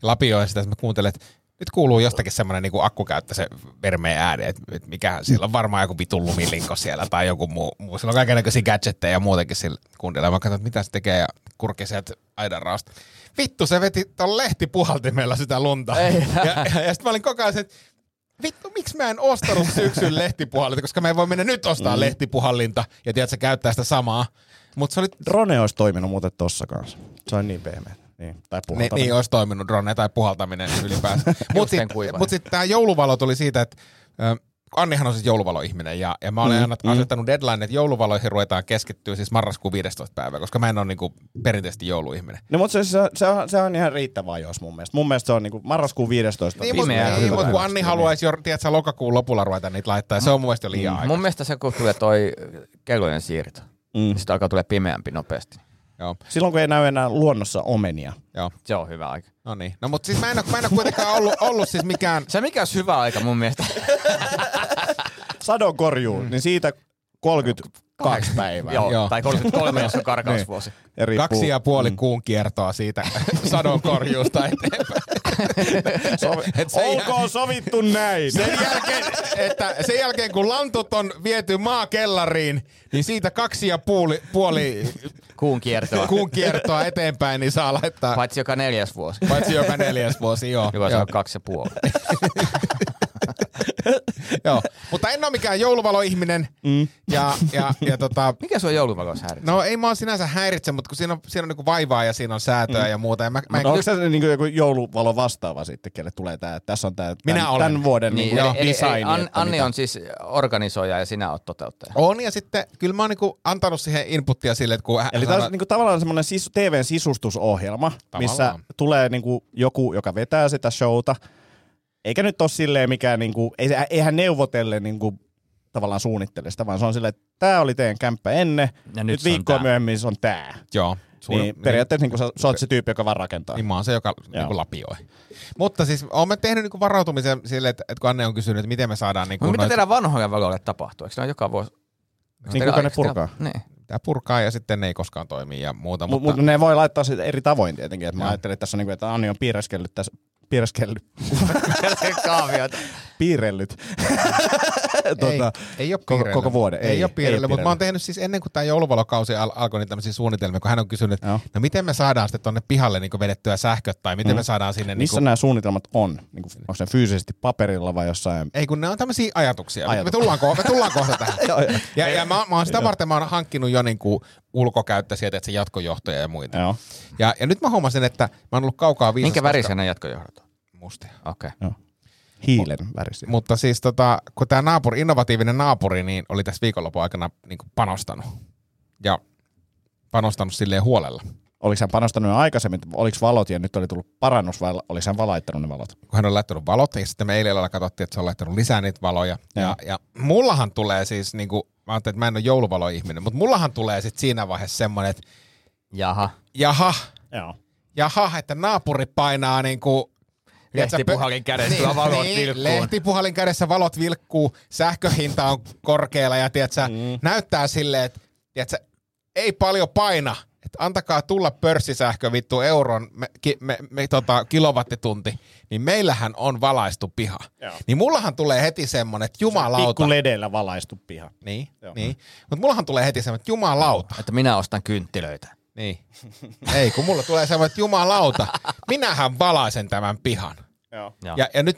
S5: Lapioin sitä, että mä kuuntelen, että nyt kuuluu jostakin semmoinen niin akkukäyttö se vermeä ääni, että, että mikähän siellä on varmaan joku vitun lumilinko siellä tai joku muu. muu. Sillä on kaikenlaisia gadgetteja ja muutenkin sillä kuuntelemaan. Mä katson, että mitä se tekee ja kurki sieltä aidan raosta. Vittu, se veti ton lehtipuhaltimella sitä lunta. Ei. Ja, ja, ja sitten mä olin koko ajan se, että vittu, miksi mä en ostanut syksyn lehtipuhallinta, koska mä en voi mennä nyt ostaa mm. lehtipuhallinta ja tiedät, sä käyttää sitä samaa. Mutta se oli
S3: Drone olisi toiminut muuten tossa kanssa. Se on niin pehmeä. Niin, tai
S5: Niin,
S3: puhaltaminen.
S5: niin olisi toiminut drone tai puhaltaminen ylipäänsä. Mutta
S4: en kuiva.
S5: sitten mut sit tämä jouluvalo tuli siitä, että ö, Annihan on siis jouluvaloihminen ja, ja mä olen mm, asettanut deadline, että jouluvaloihin ruvetaan keskittyä siis marraskuun 15. päivää, koska mä en ole niinku perinteisesti jouluihminen.
S3: No, mutta se, se, se, on, se on ihan riittävä ajoissa mun mielestä. Mun mielestä se on niinku marraskuun 15.
S5: Niin, mutta
S4: Pimeä on
S5: niin,
S4: hyvä.
S5: mut kun Anni haluaisi jo, tiedätkö, lokakuun lopulla ruveta niitä laittaa, ja se on mun mielestä jo liian aika.
S4: Mm, Mun mielestä se, kun tulee toi kellojen siirto, mm. sitä alkaa tulee pimeämpi nopeasti.
S5: Joo,
S3: Silloin kun ei näy enää luonnossa omenia.
S5: joo.
S4: Se on hyvä aika.
S5: No niin. No mutta siis mä en ole, mä en ole kuitenkaan ollut, ollut siis mikään...
S4: Se mikä olisi hyvä aika mun mielestä.
S3: Sadon korjuu, mm. niin siitä 32 päivää.
S4: Joo,
S5: Joo.
S4: tai 33, jos on karkausvuosi.
S3: Ja riippuu- Mm.
S5: Kaksi ja puoli kuun kiertoa siitä sadonkorjuusta eteenpäin. Et se jää-
S3: Olkoon sovittu näin.
S5: Sen jälkeen, että sen jälkeen, kun lantut on viety maakellariin, niin siitä kaksi ja puoli, puoli
S4: Kuun kiertoa.
S5: kuun kiertoa eteenpäin, niin saa laittaa
S4: Paitsi joka neljäs vuosi.
S5: paitsi joka neljäs vuosi. Joo,
S4: Joka
S5: joo,
S4: on kaksi ja puoli.
S5: joo. Mutta en ole mikään jouluvaloihminen. Mm. Ja, ja, ja tota,
S4: Mikä sun jouluvalos häiri?
S5: no ei mua sinänsä häiritse, mutta kun siinä on, siinä on niinku vaivaa ja siinä on säätöä mm. ja muuta. Ja mä, mä en
S3: No, onko se niin joku jouluvalo vastaava sitten, kelle tulee tämä, että tässä on tämä
S5: Minä
S3: tämän,
S5: olen.
S3: tämän vuoden niin, niin,
S4: eli,
S3: design?
S4: eli An,
S3: että
S4: Anni
S3: mitä-
S4: on siis organisoija ja sinä oot toteuttaja.
S5: On, ja sitten kyllä mä oon niinku antanut siihen inputtia sille, että kun hän
S3: Eli tämä on niinku tavallaan semmoinen sis- TVn sisustusohjelma, tavallaan. missä
S5: Tavallaan.
S3: tulee niinku joku, joka vetää sitä showta. Eikä nyt ole silleen mikään, niinku, ei, se- eihän neuvotelle niinku, tavallaan suunnittele sitä, vaan se on silleen, että tämä oli teidän kämppä ennen, ja nyt,
S4: nyt
S3: nyt
S4: se on
S3: viikkoa
S4: tää.
S3: myöhemmin se on tämä.
S5: Joo.
S3: Niin, periaatteessa niinku, sä, sä oot se tyyppi, joka vaan rakentaa.
S5: Niin mä oon se, joka niinku lapioi. Mutta siis oon mä tehnyt niinku varautumisen sille, että, että kun Anne on kysynyt, että miten me saadaan niinku
S3: No,
S4: Mutta mitä
S5: noita-
S4: teillä vanhojen valoille tapahtuu? Eikö ne ole joka vuosi? Teillä-
S3: kuka ne
S4: eikö teillä-
S3: purkaa?
S4: Niin.
S5: pitää purkaa ja sitten ne ei koskaan toimi ja muuta.
S3: Mutta
S5: Mutta,
S3: mut ne voi laittaa sitä eri tavoin tietenkin. Et mä ajattelin, että tässä on niinku, että Anni on piirreskellyt tässä. Piirreskellyt.
S4: Kaaviot.
S3: Piirrellyt. tota,
S5: ei, ei ole
S3: koko-
S5: piirrellä.
S3: koko vuoden.
S5: Ei,
S3: Ei,
S5: ei ole
S3: ei
S5: piirrellä,
S3: ole
S5: mutta mä
S3: piirrellä.
S5: oon tehnyt siis ennen kuin tämä jouluvalokausi al- alkoi, niin tämmöisiä suunnitelmia, kun hän on kysynyt, että
S3: Joo.
S5: no. miten me saadaan sitten tonne pihalle niin vedettyä sähköt tai miten mm. me saadaan sinne... Niin
S3: missä nämä suunnitelmat on? Niinku, onko ne fyysisesti paperilla vai jossain?
S5: Ei kun ne on tämmöisiä ajatuksia.
S3: Ajatuksia.
S5: Me, tullaan ko- me tullaan kohta tähän. ja, ja mä, mä oon sitä varten mä oon hankkinut jo niinku ulkokäyttä sieltä, että se jatkojohtoja ja muita.
S3: Joo.
S5: Ja, ja nyt mä huomasin, että mä oon ollut kaukaa viisas.
S4: Minkä
S5: koska-
S4: värisiä ne jatkojohdot on?
S5: Mustia.
S4: Okei.
S3: Joo. hiilen värisiä.
S5: Mutta siis tota, kun tämä naapuri, innovatiivinen naapuri, niin oli tässä viikonlopun aikana niin kuin panostanut. Ja panostanut silleen huolella.
S3: Oliko hän panostanut jo aikaisemmin, oliko valot ja nyt oli tullut parannus vai oliko hän valaittanut ne valot?
S5: Kun hän on laittanut valot, ja sitten me eilen illalla katsottiin, että se on laittanut lisää niitä valoja. Ja, ja,
S3: Joo.
S5: mullahan tulee siis, niin kuin, mä ajattelin, että mä en ole jouluvaloihminen, mutta mullahan tulee sitten siinä vaiheessa semmoinen, että
S4: Jaha.
S5: jaha,
S3: Joo.
S5: jaha, että naapuri painaa niin kuin
S4: Lehtipuhalin kädessä tuo valot vilkkuun.
S5: Lehtipuhalin Niin, kädessä valot vilkkuu, sähköhinta on korkealla ja tiedätkö, mm. näyttää silleen, että tiedätkö, ei paljon paina. Et antakaa tulla pörssisähkö vittu euron me, ki, me, me, tota, kilowattitunti, niin meillähän on valaistu piha. Joo. Niin mullahan tulee heti semmonen, että jumalauta.
S3: Pikku ledeillä valaistu piha.
S5: Niin, niin. Mutta mullahan tulee heti semmoinen, että jumalauta.
S4: Että minä ostan kynttilöitä.
S5: Niin. Ei, kun mulla tulee semmoinen, että jumalauta, minähän valaisen tämän pihan.
S3: Joo.
S4: Joo.
S5: Ja, ja nyt,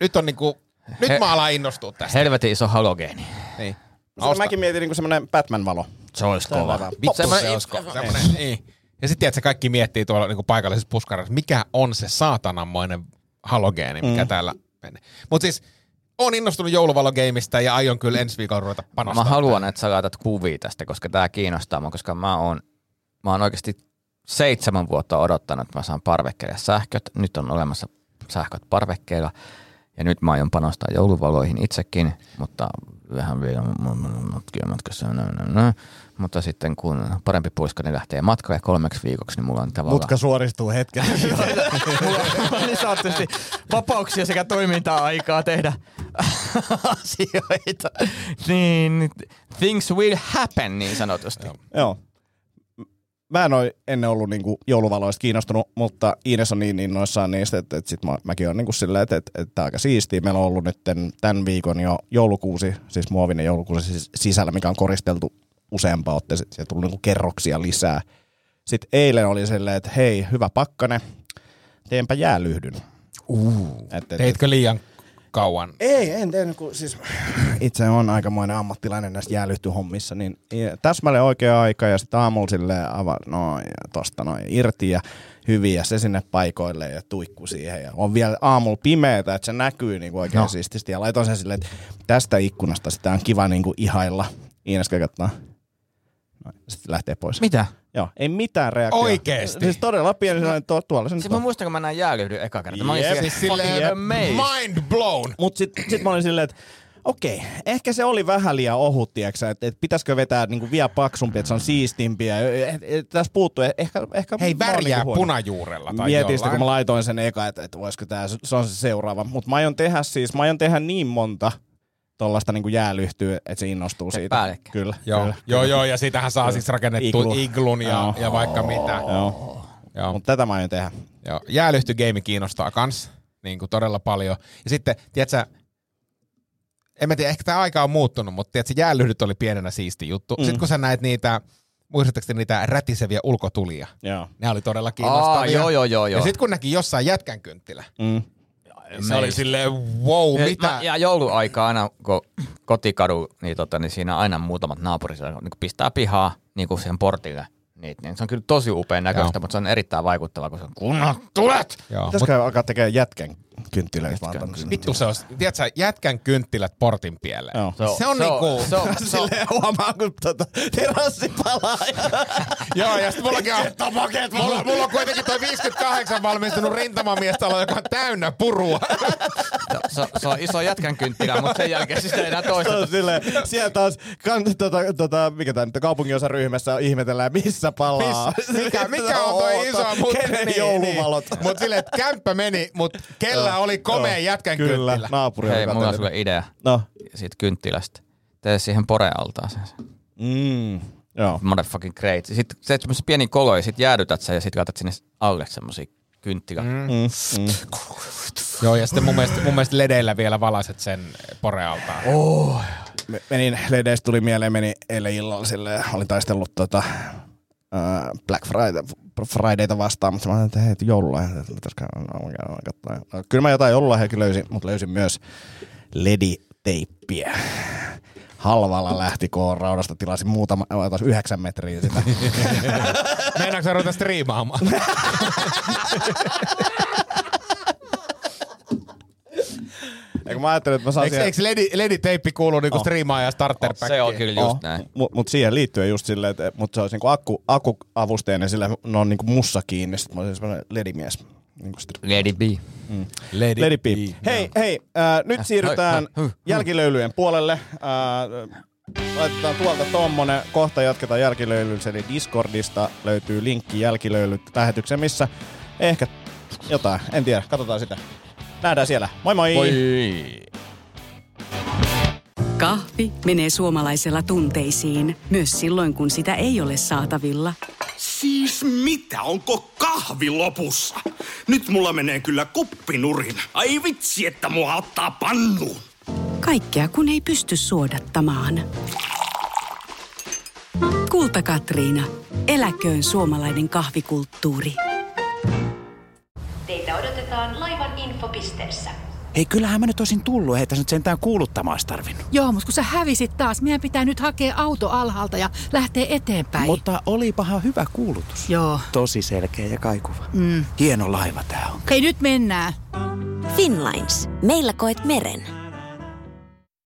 S5: nyt on niinku, nyt
S4: He-
S5: mä alan innostua tästä.
S4: Helvetin iso halogeeni.
S5: Niin.
S3: Osta. Mäkin mietin niin semmoinen Batman-valo.
S4: Se olisi kova.
S5: Vittu se osko. Semmonen, niin. Ja sitten tiedätkö, kaikki miettii tuolla niinku paikallisessa puskarassa, mikä on se saatananmoinen halogeeni, mikä mm. täällä menee. Mutta siis, on innostunut jouluvalogeimista ja aion kyllä ensi viikolla ruveta
S4: Mä
S5: panostamaan.
S4: haluan, että sä laitat kuvia tästä, koska tää kiinnostaa mua, koska mä oon, mä oon oikeasti seitsemän vuotta odottanut, että mä saan parvekkeelle sähköt. Nyt on olemassa sähköt parvekkeilla. Ja nyt mä aion panostaa jouluvaloihin itsekin, mutta vähän vielä matkia matkassa. nö, nö, nö. Mutta sitten kun parempi puiskani lähtee matkalle kolmeksi viikoksi, niin mulla on tavallaan...
S3: Mutka suoristuu hetken.
S4: Mulla on niin sanotusti vapauksia sekä toiminta-aikaa tehdä asioita. Niin, things will happen niin sanotusti.
S3: Joo. Mä en ole ennen ollut niinku jouluvaloista kiinnostunut, mutta Ines on niin innoissaan niistä, että, että sit mä, mäkin on niinku silleen, että, että, että aika siistiä. Meillä on ollut nyt tämän viikon jo joulukuusi, siis muovinen joulukuusi siis sisällä, mikä on koristeltu useampaa otteeseen. Siellä tullut niinku kerroksia lisää. Sitten eilen oli silleen, että hei, hyvä pakkane, teenpä jäälyhdyn. Uh, et, et,
S5: Teitkö liian kauan?
S3: Ei, en tehnyt, kun siis itse on aikamoinen ammattilainen näissä jäälyhtyhommissa, niin ja täsmälleen oikea aika ja sitten aamulla silleen ava, noin, ja tosta noin irti ja hyvin ja se sinne paikoille ja tuikku siihen. Ja on vielä aamulla pimeätä, että se näkyy niinku oikein no. siististi ja laitoin sen silleen, että tästä ikkunasta sitä on kiva niinku ihailla. Iines katsotaan. Noin, sitten lähtee pois.
S4: Mitä?
S3: Joo, ei mitään reaktiota.
S5: Oikeesti?
S3: Siis todella pieni sellainen tuo, tuolla. Se nyt
S4: Siis mä
S3: on.
S4: muistan, kun mä näin jäälyhdyn eka kerta. Mä olin
S3: Jep,
S4: siellä
S3: siis
S4: fucking
S3: silleen-
S4: amazed.
S5: Mind blown!
S3: Mutta sitten sit mä olin silleen, että okei, ehkä se oli vähän liian ohut, että et pitäisikö vetää niinku vielä paksumpi, että se on siistimpiä. E, Et, et, tässä puuttuu, eh- ehkä, ehkä
S5: Mm. Hei,
S3: mä oon
S5: värjää
S3: niinku huono.
S5: punajuurella tai
S3: Mietin sitä, kun
S5: jollain.
S3: mä laitoin sen eka, että, että voisiko tämä, se on se seuraava. Mutta mä aion tehdä siis, mä aion tehdä niin monta tuollaista niin jäälyhtyä, että se innostuu siitä.
S4: päällekkäin.
S3: Kyllä,
S5: Joo,
S3: kyllä.
S5: joo, joo, ja sitähän saa siis rakennettu
S3: Iglu.
S5: Iglu. iglun ja,
S3: Joo.
S5: ja vaikka mitä.
S3: Joo.
S5: Joo.
S3: Mutta tätä mä aion tehdä.
S5: Joo, jäälyhtygeimi kiinnostaa kans niin kuin todella paljon. Ja sitten, tiedätkö, en mä tiedä, ehkä tämä aika on muuttunut, mutta tiedätkö, jäälyhdyt oli pienenä siisti juttu. Mm. Sitten kun sä näet niitä, muistatteko te niitä rätiseviä ulkotulia?
S3: Joo.
S5: Ne oli todella
S4: Aa,
S5: kiinnostavia.
S4: joo, joo, joo,
S5: Ja
S4: joo.
S5: sitten kun näki jossain jätkän kynttilä,
S3: Mm.
S5: niin se oli silleen, wow,
S4: Ja-
S5: mitä?
S4: Mä, ja jouluaika aina, kun kotikadu, niin, tota, niin siinä aina muutamat naapurit niin kun pistää pihaa niin kuin sen portille. Niin, niin se on kyllä tosi upean näköistä,
S5: Joo.
S4: mutta se on erittäin vaikuttavaa, kun se on kunnon tulet!
S5: Joo,
S3: Pitäisikö alkaa tekemään jätkän kynttilöitä vaan tämmöisiä?
S5: vittu se on, tiedätkö, jätkän kynttilät portin pieleen.
S3: Joo.
S5: Se on niinku-
S4: se on, se on,
S3: Silleen huomaa, kun tota, terassi palaa.
S5: Joo, ja sitten mullakin on... Makeet, mulla, mulla on kuitenkin toi 58 valmistunut rintamamiestalo, joka on täynnä purua.
S4: se, on- se on iso jätkän kynttilä, mutta sen jälkeen siis ei enää
S3: Se
S4: toista.
S3: on silleen, siellä taas kan, tota, tota, mikä tää nyt on, kaupunginosaryhmässä ihmetellään, missä palaa.
S5: Miss- Mikä, Siis mikä on toi
S3: Outo.
S5: iso mut, Niin,
S3: Kenen jouluvalot?
S5: Mut silleen, että kämppä meni, mut kellä oli komea jätkän
S3: Kyllä,
S5: kynttilä.
S3: naapuri
S4: Hei,
S3: oli
S4: mulla on
S3: katsellut.
S4: sulle idea
S3: No.
S4: siitä kynttilästä. Tee siihen porealtaaseen. se.
S3: Mm. Joo.
S4: Motherfucking great. Sitten se on semmoisen pieni kolo ja sit jäädytät sen ja sit laitat sinne alle semmosia kynttilä. Mm.
S5: Joo, ja sitten mun mielestä, mun mielestä ledeillä vielä valaset sen porealtaan. Oh.
S3: Me- Menin, Ledeistä tuli mieleen, meni eilen illalla silleen, olin taistellut tota, ää, Black Friday, Fridayta vastaan, mutta mä ajattelin, että hei, että jollain, että pitäisikö- no, mä käyn katsomaan. No, kyllä mä jotain jollain hekin löysin, mutta löysin myös lediteippiä. Halvalla lähti K-raudasta, tilasin muutama, ää, taas yhdeksän metriä sitä.
S5: Meinaatko sä ruveta striimaamaan?
S3: kun mä ajattelin, että mä saan
S5: Eikö,
S3: siihen-
S5: eikö ledi, lediteippi kuulu niinku
S3: On.
S5: striimaan ja starter
S4: Se on kyllä just näin.
S3: Mutta mut siihen liittyen just silleen, että mut se olisi niinku akku, akkuavusteinen, sillä ne on niinku mussa kiinni. Sitten mä olisin semmoinen ledimies. Niinku sit-
S4: Lady B.
S5: Ledi, Niin,
S3: Ledi Pi. Hei, hei, äh, nyt siirrytään
S4: ai, ai,
S3: jälkilöylyjen puolelle. Äh, laitetaan tuolta tommonen, kohta jatketaan jälkilöylyllä, eli Discordista löytyy linkki jälkilöylyt lähetykseen, missä ehkä jotain, en tiedä, katsotaan sitä. Nähdään siellä, moi moi!
S7: Kahvi menee suomalaisella tunteisiin, myös silloin kun sitä ei ole saatavilla.
S8: Siis mitä? Onko kahvi lopussa? Nyt mulla menee kyllä kuppinurin. Ai vitsi, että mua ottaa pannuun.
S7: Kaikkea kun ei pysty suodattamaan. Kulta Katriina, eläköön suomalainen kahvikulttuuri.
S9: Teitä odotetaan laivan infopisteessä.
S10: Hei, kyllähän mä nyt olisin tullut, ei tässä nyt sentään kuuluttamaan olisi tarvinnut.
S11: Joo, mutta kun sä hävisit taas, meidän pitää nyt hakea auto alhaalta ja lähteä eteenpäin.
S10: Mutta olipahan hyvä kuulutus.
S11: Joo.
S10: Tosi selkeä ja kaikuva. Mm. Hieno laiva tää on.
S11: Hei, nyt mennään.
S9: Finlines. Meillä koet meren.